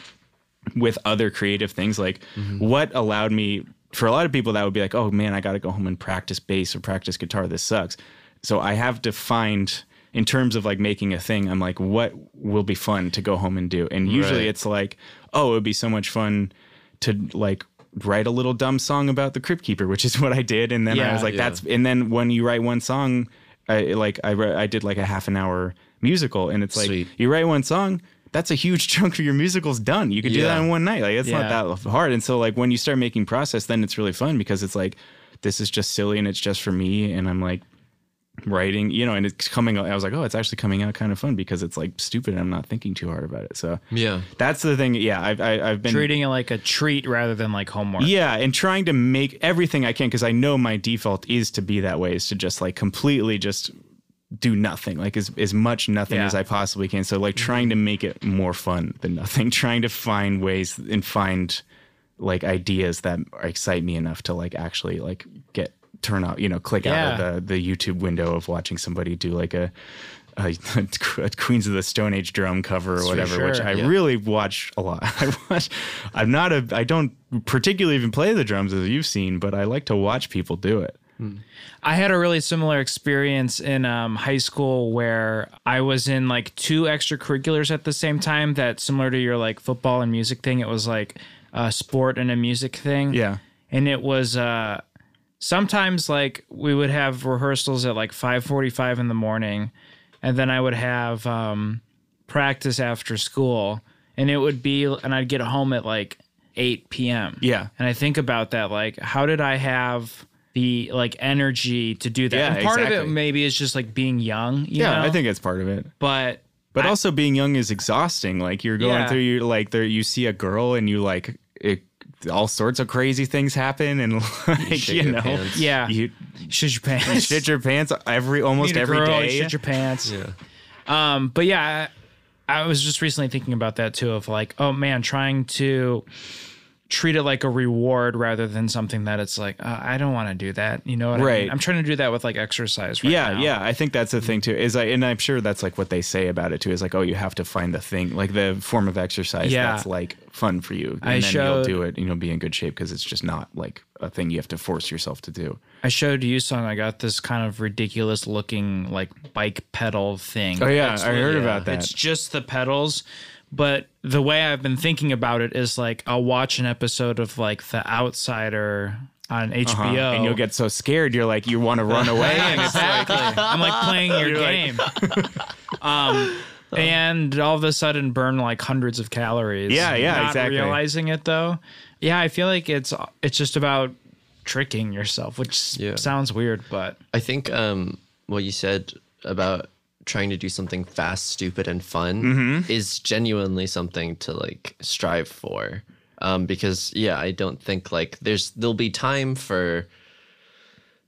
with other creative things. Like
Mm-hmm.
what allowed me for a lot of people that would be like, oh man, I got to go home and practice bass or practice guitar. This sucks. So I have to find in terms of like making a thing. I'm like, what will be fun to go home and do? And usually
Right.
it's like, oh, it would be so much fun to like write a little dumb song about the crypt keeper which is what i did and then i
Yeah,
was like
yeah.
that's and then when you write one song i like i, wrote- I did like a half an hour musical and it's like
Sweet.
you write one song that's a huge chunk of your musicals done you could do that
Yeah.
in one night like it's
Yeah.
not that hard and so like when you start making process then it's really fun because it's like this is just silly and it's just for me and i'm like writing you know and it's coming out i was like oh it's actually coming out kind of fun because it's like stupid and i'm not thinking too hard about it so
Yeah.
that's the thing yeah i've, I, I've been
Treating it like a treat rather than like homework.
yeah, and trying to make everything I can because I know my default is to be that way is to just like completely just do nothing, like as as much nothing
Yeah.
as I possibly can. So like trying to make it more fun than nothing, trying to find ways and find like ideas that excite me enough to like actually like get turn out, you know, click out
Yeah.
of the the YouTube window of watching somebody do like a. A, a Queens of the Stone Age drum cover or whatever, which
sure.
I
Yeah.
really watch a lot. I watch. I'm not a. I don't particularly even play the drums as you've seen, but I like to watch people do it.
I had a really similar experience in um, high school where I was in like two extracurriculars at the same time. That similar to your like football and music thing, it was like a sport and a music thing.
Yeah.
and it was uh, sometimes like we would have rehearsals at like five forty-five in the morning, and then I would have um, practice after school, and it would be, and I'd get home at like eight p.m.
Yeah.
And I think about that, like, how did I have the like energy to do that?
Yeah,
and part of it
exactly.
maybe is just like being young. You
Yeah,
know?
I think it's part of it.
But
But also being young is exhausting. Like you're going
Yeah.
through you like there you see a girl and you like it, all sorts of crazy things happen and like
shit
you,
your
know
pants.
yeah,
you
shit your pants.
shit your pants every almost
Meet a
every day.
girl, you Shit your pants. Um, but yeah, I, I was just recently thinking about that too. Of like, oh man, trying to treat it like a reward rather than something that it's like uh, I don't want to do that. You know what I mean?
Right.
I'm trying to do that with like exercise. Right
yeah,
now.
yeah. I think that's the thing too. Is I and I'm sure that's like what they say about it too. Is like, oh, you have to find the thing, like the form of exercise
Yeah.
that's like fun for you, and
I
then
showed-
you'll do it, and you'll be in good shape because it's just not like a thing you have to force yourself to do.
I showed you song. I got this kind of ridiculous looking like bike pedal thing.
Oh yeah, I heard
yeah.
about that.
It's just the pedals. But the way I've been thinking about it is like I'll watch an episode of like The Outsider on
Huh?
HBO.
Uh-huh. And you'll get so scared, you're like, you want to run away. and it's
exactly. I'm like playing your game. um, and all of a sudden burn like hundreds of calories.
Yeah, yeah,
Not
exactly.
Realizing it though, yeah, I feel like it's it's just about tricking yourself, which
Yeah.
sounds weird, but
I think um, what you said about trying to do something fast, stupid, and fun is genuinely something to like strive for. um, because yeah, I don't think like there's there'll be time for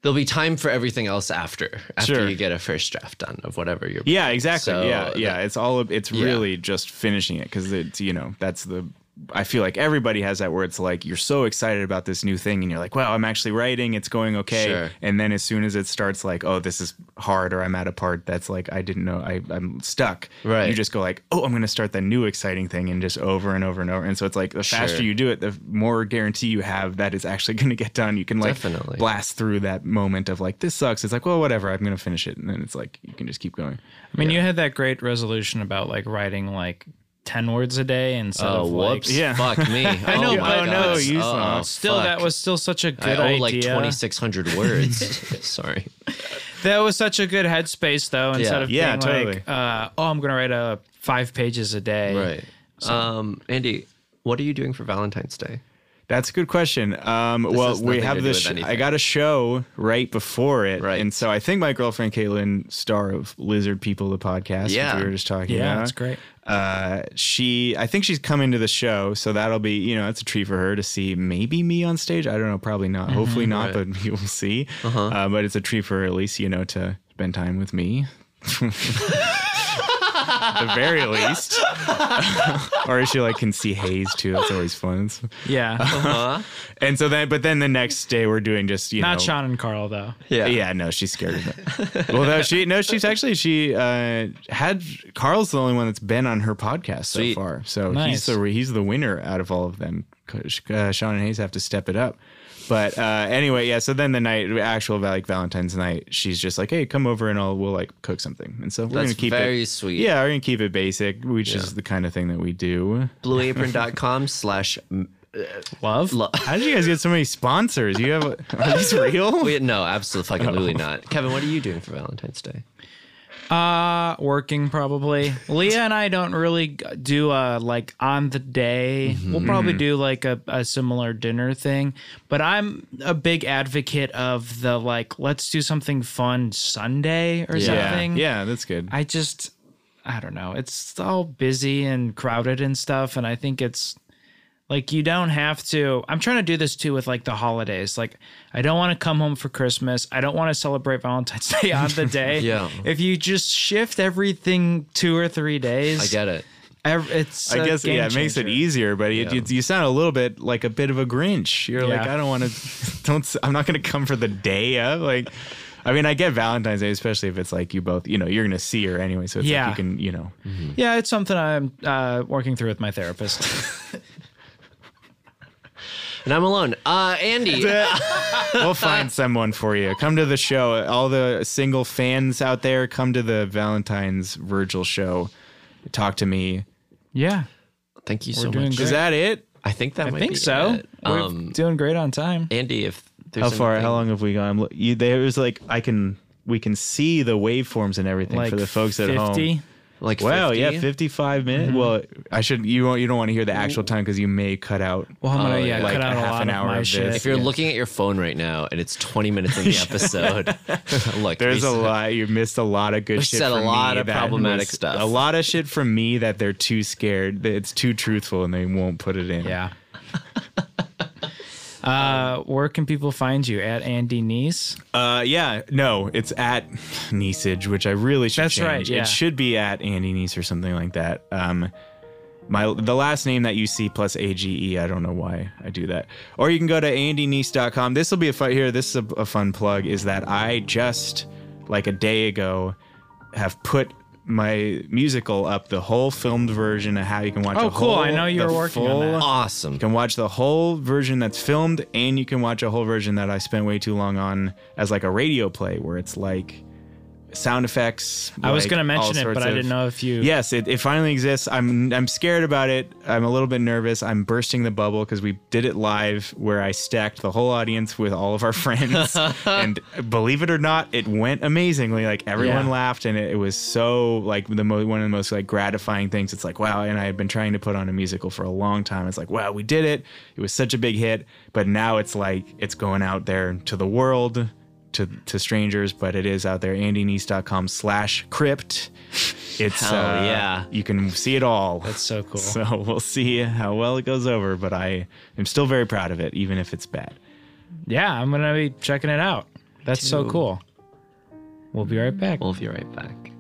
there'll be time for everything else after after
Sure.
you get a first draft done of whatever you're
Yeah, exactly.
So
yeah, yeah.
that-
It's all. It's really just finishing it because it's you know that's the. I feel like everybody has that where it's like you're so excited about this new thing and you're like, wow, I'm actually writing. It's going okay.
Sure.
And then as soon as it starts, like, oh, this is hard, or I'm at a part that's like I didn't know, I I'm stuck.
Right.
You just go like, oh, I'm gonna start that new exciting thing and just over and over and over. And so it's like the faster
Sure.
you do it, the more guarantee you have that it's actually gonna get done. You can like
Definitely.
blast through that moment of like this sucks. It's like well, whatever, I'm gonna finish it, and then it's like you can just keep going.
I mean, you had that great resolution about like writing like ten words a day instead
Oh
of
whoops!
like.
Yeah.
Fuck me! I
know,
my
but-
God.
no,
you saw.
Still, that
fuck.
was still such a good
I owe
idea.
like twenty six hundred words. Sorry.
That was such a good headspace, though. Instead
Yeah.
of
Yeah,
being
totally.
like, uh, "Oh, I'm gonna write a five pages a day."
Right. Um, Andy, what are you doing for Valentine's Day?
That's a good question. Um, well,
has
we
nothing
have
to do
this.
with
sh- I
anything.
got a show right before it,
Right.
and so I think my girlfriend Caitlin, star of Lizard People, the podcast,
Yeah.
which we were just talking
Yeah,
about.
that's great.
Uh, she, I think she's coming to the show, so that'll be you know it's a treat for her to see maybe me on stage. I don't know, probably not.
Mm-hmm.
Hopefully not, but we will see.
Uh-huh.
uh but it's a treat for her at least you know to spend time with me. the very least, or if she like can see Hayes too. That's always fun. It's-
Yeah.
Huh?
and so then, but then the next day we're doing just you
Not
know.
Sean and Carl though.
yeah.
Yeah, no, she's scared of it. well, no, she no, she's actually she uh, had Carl's the only one that's been on her podcast
Sweet.
so far. So
Nice.
he's the he's the winner out of all of them. 'Cause, Uh, Sean and Hayes have to step it up. But uh, anyway, yeah. So then the night, actual like Valentine's night, she's just like, "Hey, come over and I'll we'll like cook something." And so we're
That's
gonna keep
very
it,
sweet.
Yeah, we're gonna keep it basic, which is the kind of thing that we do.
Blueapron.com slash.
Love.
lo-
How did you guys get so many sponsors? You have are these real?
Wait, no, absolutely
Oh.
fucking absolutely not. Kevin, what are you doing for Valentine's Day?
Uh, working probably. Leah and I don't really g- do a like on the day. We'll probably do like a, a similar dinner thing, but I'm a big advocate of the like let's do something fun Sunday or
Yeah.
something.
Yeah, that's good.
I just I don't know. It's all busy and crowded and stuff and I think it's like you don't have to I'm trying to do this too with like the holidays. Like I don't want to come home for Christmas. I don't want to celebrate Valentine's Day on the day.
Yeah.
If you just shift everything 2 or 3 days,
I get it.
ev- it's
I
a
guess
game
yeah, it makes it
changer.
easier, but it,
Yeah.
you, you sound a little bit like a bit of a Grinch. You're like,
Yeah.
I don't want to, don't, s- I'm not going to come for the day of. Like, I mean, I get Valentine's Day, especially if it's like you both, you know, you're going to see her anyway, so it's
Yeah.
like you can, you know,
Yeah, it's something I'm uh, working through with my therapist.
And I'm alone. Uh, Andy,
we'll find someone for you. Come to the show. All the single fans out there, come to the Valentine's Virgil show. Talk to me.
yeah.
thank you so
We're doing
much.
good.
Is that it?
I think that
I
might
think
be
so.
it.
We're
Um,
doing great on time.
Andy, if there's
How far?
anything-
How long have we gone? I'm lo- You, there's like I can, we can see the waveforms and everything
Like
for the folks at
50.
home.
Like
Wow,
50?
yeah, fifty-five minutes.
Mm-hmm.
Well, I should. You won't. You don't want to hear the actual time because you may cut out.
Mm.
uh,
Well, I'm gonna
Oh,
yeah,
yeah.
cut
Like
out
a
a
half
lot
an
of
hour
my
of
shit.
this.
If you're looking at your phone right now and it's 20 minutes in the episode, look,
There's
we-
a lot. You missed a lot of good shit.
said a
from
lot
me
of
that
problematic
was-
stuff.
A lot of shit from me that they're too scared. that It's too truthful and they won't put it in.
Yeah. uh, where can people find you at Andy Nice?
Uh, yeah. No, it's at Neesage, which I really should
That's
change.
right, yeah.
It should be at Andy Neese or something like that. Um, my the last name that you see plus A G E. I don't know why I do that. Or you can go to andyneese.com. This will be a fun here. This is a, a fun plug. Is that I just like a day ago have put my musical up the whole filmed version of how you can watch.
Oh,
a
cool.
Whole,
I know you
the
were working on
full-
that.
awesome.
you can watch the whole version that's filmed, and you can watch a whole version that I spent way too long on as like a radio play, where it's like sound effects.
I was
like,
gonna
all
mention it, but
sorts
I
of-
didn't know if you.
Yes, it, it finally exists. I'm I'm scared about it. I'm a little bit nervous. I'm bursting the bubble because we did it live where I stacked the whole audience with all of our friends. and believe it or not, it went amazingly. Like everyone
Yeah.
laughed and it, it was so like the mo- one of the most like gratifying things. It's like wow, and I had been trying to put on a musical for a long time. It's like wow, we did it. It was such a big hit, but now it's like it's going out there to the world to, to strangers, but it is out there. AndyNeese.com slash crypt. It's
Hell
uh,
yeah.
You can see it all.
That's so cool.
So we'll see how well it goes over, but I am still very proud of it, even if it's bad.
yeah, I'm gonna be checking it out. That's so
too.
cool. We'll be right back.
We'll be right back.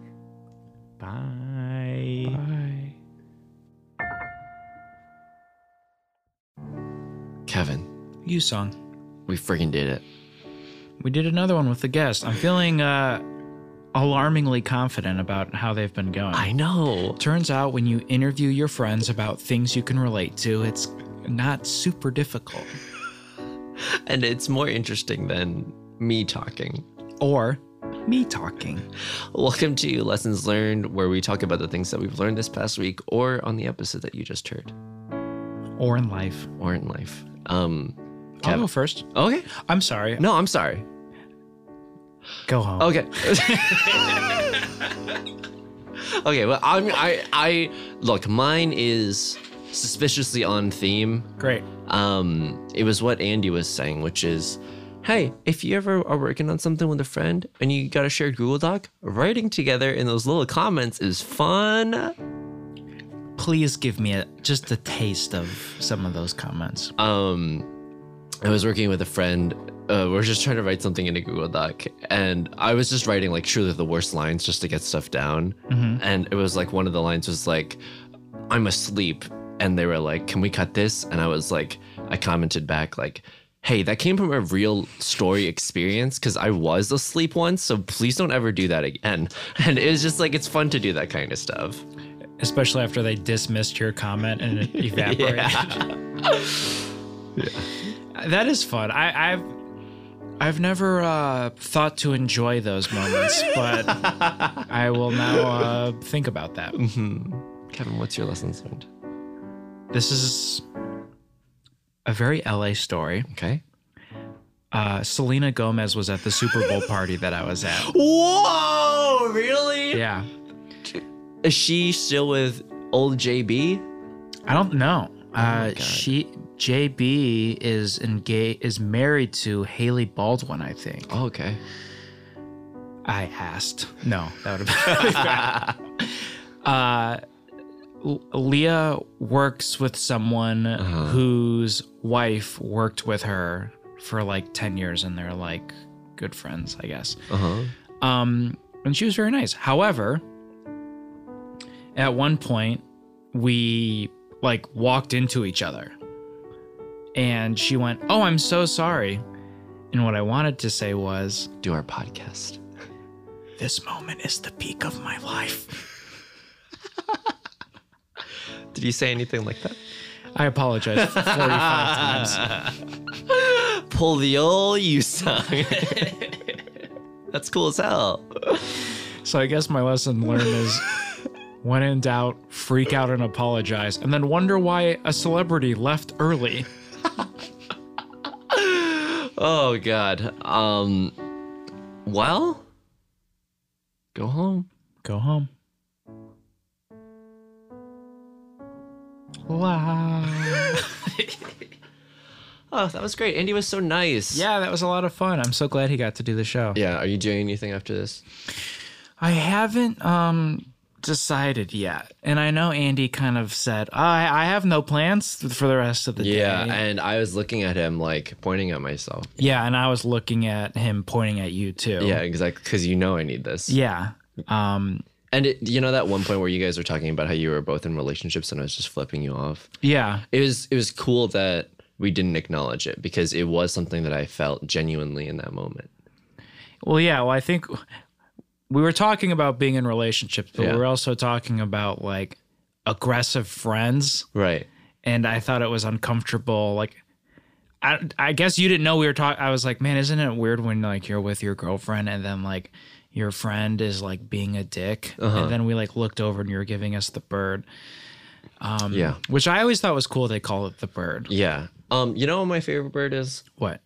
Bye.
Kevin,
You song.
we friggin' did it.
We did another one with the guest. I'm feeling uh, alarmingly confident about how they've been going.
I know.
Turns out when you interview your friends about things you can relate to, it's not super difficult.
And it's more interesting than me talking.
Or me talking.
Welcome to Lessons Learned, where we talk about the things that we've learned this past week or on the episode that you just heard
Or in life.
or in life. Um,
I'll
Kev-
go first.
okay.
I'm sorry.
No, I'm sorry.
Go home.
Okay. okay, well, I'm, I, I, look, mine is suspiciously on theme.
Great.
um, it was what Andy was saying, which is, hey, if you ever are working on something with a friend and you got a shared Google Doc, writing together in those little comments is fun.
Please give me a, just a taste of some of those comments.
Um, I was working with a friend. Uh, we are just trying to write something in a Google Doc, and I was just writing like truly the worst lines just to get stuff down. And it was like one of the lines was like, "I'm asleep," and they were like, "Can we cut this?" And I was like, I commented back like, "Hey, that came from a real story experience because I was asleep once, so please don't ever do that again." And it was just like it's fun to do that kind of stuff.
Especially after they dismissed your comment and it evaporated. That is fun. I, I've I've never uh, thought to enjoy those moments, but I will now uh, think about that.
Mm-hmm. Kevin, what's your lessons learned?
This is a very LA story.
Okay.
Uh, Selena Gomez was at the Super Bowl party that I was at.
Whoa! Really?
Yeah,
Is she still with old JB?
I don't know. Uh,
God.
she JB is engaged is married to Haley Baldwin, I think.
Oh, okay.
I asked. No, that would have been. uh, L- Leah works with someone whose wife worked with her for like 10 years and they're like good friends, I guess.
Uh huh.
Um, and she was very nice. However, at one point, we like walked into each other and she went, Oh, I'm so sorry. And what I wanted to say was,
Do our podcast.
this moment is the peak of my life.
Did you say anything like that?
I apologize 45 times.
Pull the old you song. That's cool as hell.
So I guess my lesson learned is when in doubt, freak out and apologize, and then wonder why a celebrity left early.
Oh god. Um. Well. Go home.
Go home. Wow.
Oh, that was great. Andy was so nice.
Yeah, that was a lot of fun. I'm so glad he got to do the show.
Yeah. Are you doing anything after this?
I haven't um decided yet. And I know Andy kind of said, I, I have no plans for the rest of the
Yeah.
day.
And I was looking at him, like pointing at myself.
Yeah, and I was looking at him pointing at you too.
Yeah, exactly. Because you know I need this.
Yeah. Um
And it, you know that one point where you guys were talking about how you were both in relationships and I was just flipping you off.
yeah.
It was it was cool that we didn't acknowledge it because it was something that I felt genuinely in that moment.
Well, yeah, well I think we were talking about being in relationships, but
Yeah.
we were also talking about like aggressive friends
Right.
and I thought it was uncomfortable like I, I guess you didn't know we were talking. I was like, man, isn't it weird when like you're with your girlfriend and then like your friend is like being a dick,
Uh-huh.
and then we like looked over and you were giving us the bird,
yeah.
which I always thought was cool. They call it the bird.
Yeah. Um. You know what my favorite bird is?
What?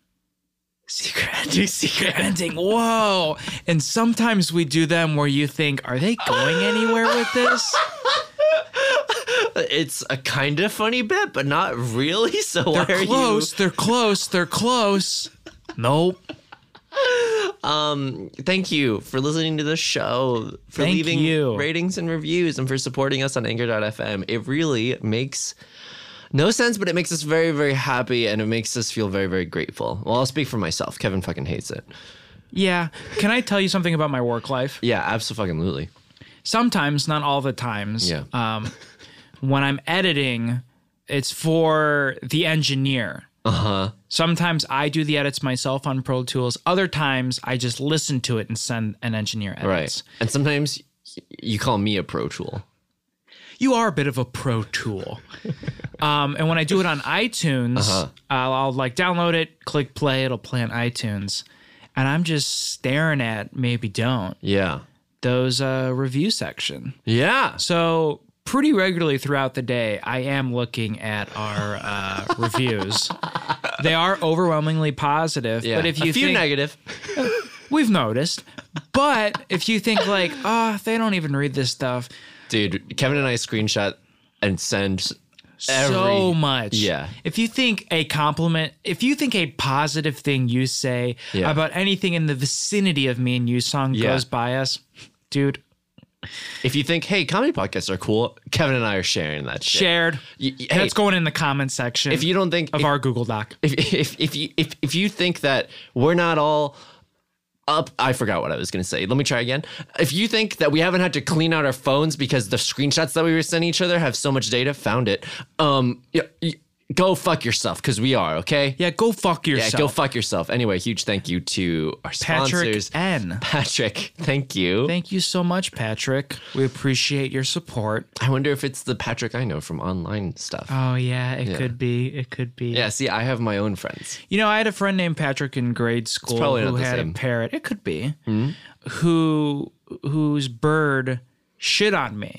Secret ending. Secret ending. Whoa. And sometimes we do them where you think, are they going anywhere with this?
It's a kind of funny bit, but not really. So why
They're
are
close. They're close. They're close. Nope.
you? Um, thank you for listening to the show, for
Thank
leaving
you.
ratings and reviews, and for supporting us on Anchor.fm. It really makes no sense, but it makes us very, very happy, and it makes us feel very, very grateful. Well, I'll speak for myself. Kevin fucking hates it.
Yeah. Can I tell you something about my work life?
Yeah, absolutely.
Sometimes, not all the times.
Yeah.
Um, when I'm editing, it's for the engineer. Uh huh.
Uh-huh.
Sometimes I do the edits myself on Pro Tools. Other times I just listen to it and send an engineer edits.
Right. And sometimes y- you call me a pro tool.
you are a bit of a pro tool. um, and when I do it on iTunes,
Uh-huh.
I'll, I'll like download it, click play, it'll play on iTunes, and I'm just staring at maybe don't
Yeah.
those uh, review section.
Yeah.
So pretty regularly throughout the day, I am looking at our uh, reviews. They are overwhelmingly positive,
Yeah.
but if you
a few
think
negative.
we've noticed, but if you think like, oh, they don't even read this stuff,
Dude, Kevin and I screenshot and send every
so much.
Yeah.
If you think a compliment, if you think a positive thing you say
Yeah.
about anything in the vicinity of me and you song
Yeah.
goes by us, dude,
If you think, hey, comedy podcasts are cool, Kevin and I are sharing that shit.
shared.
Y- y- hey,
That's going in the comment section
if you don't think
of
if,
our Google Doc.
if, if, if you if, if you think that we're not all up I forgot what I was gonna say. Let me try again. If you think that we haven't had to clean out our phones because the screenshots that we were sending each other have so much data, found it. Um yeah, y- go fuck yourself, because we are, okay?
Yeah, go fuck
Yeah,
yourself.
go fuck yourself. Anyway, huge thank you to our
Patrick
sponsors.
N.
Patrick, thank you.
Thank you so much, Patrick. We appreciate your support.
I wonder if it's the Patrick I know from online stuff.
Oh yeah, it could be. It could be.
yeah, see, I have my own friends.
You know, I had a friend named Patrick in grade school
probably
who
not the
had
same. Hmm?
a parrot. It could be who whose bird shit on me.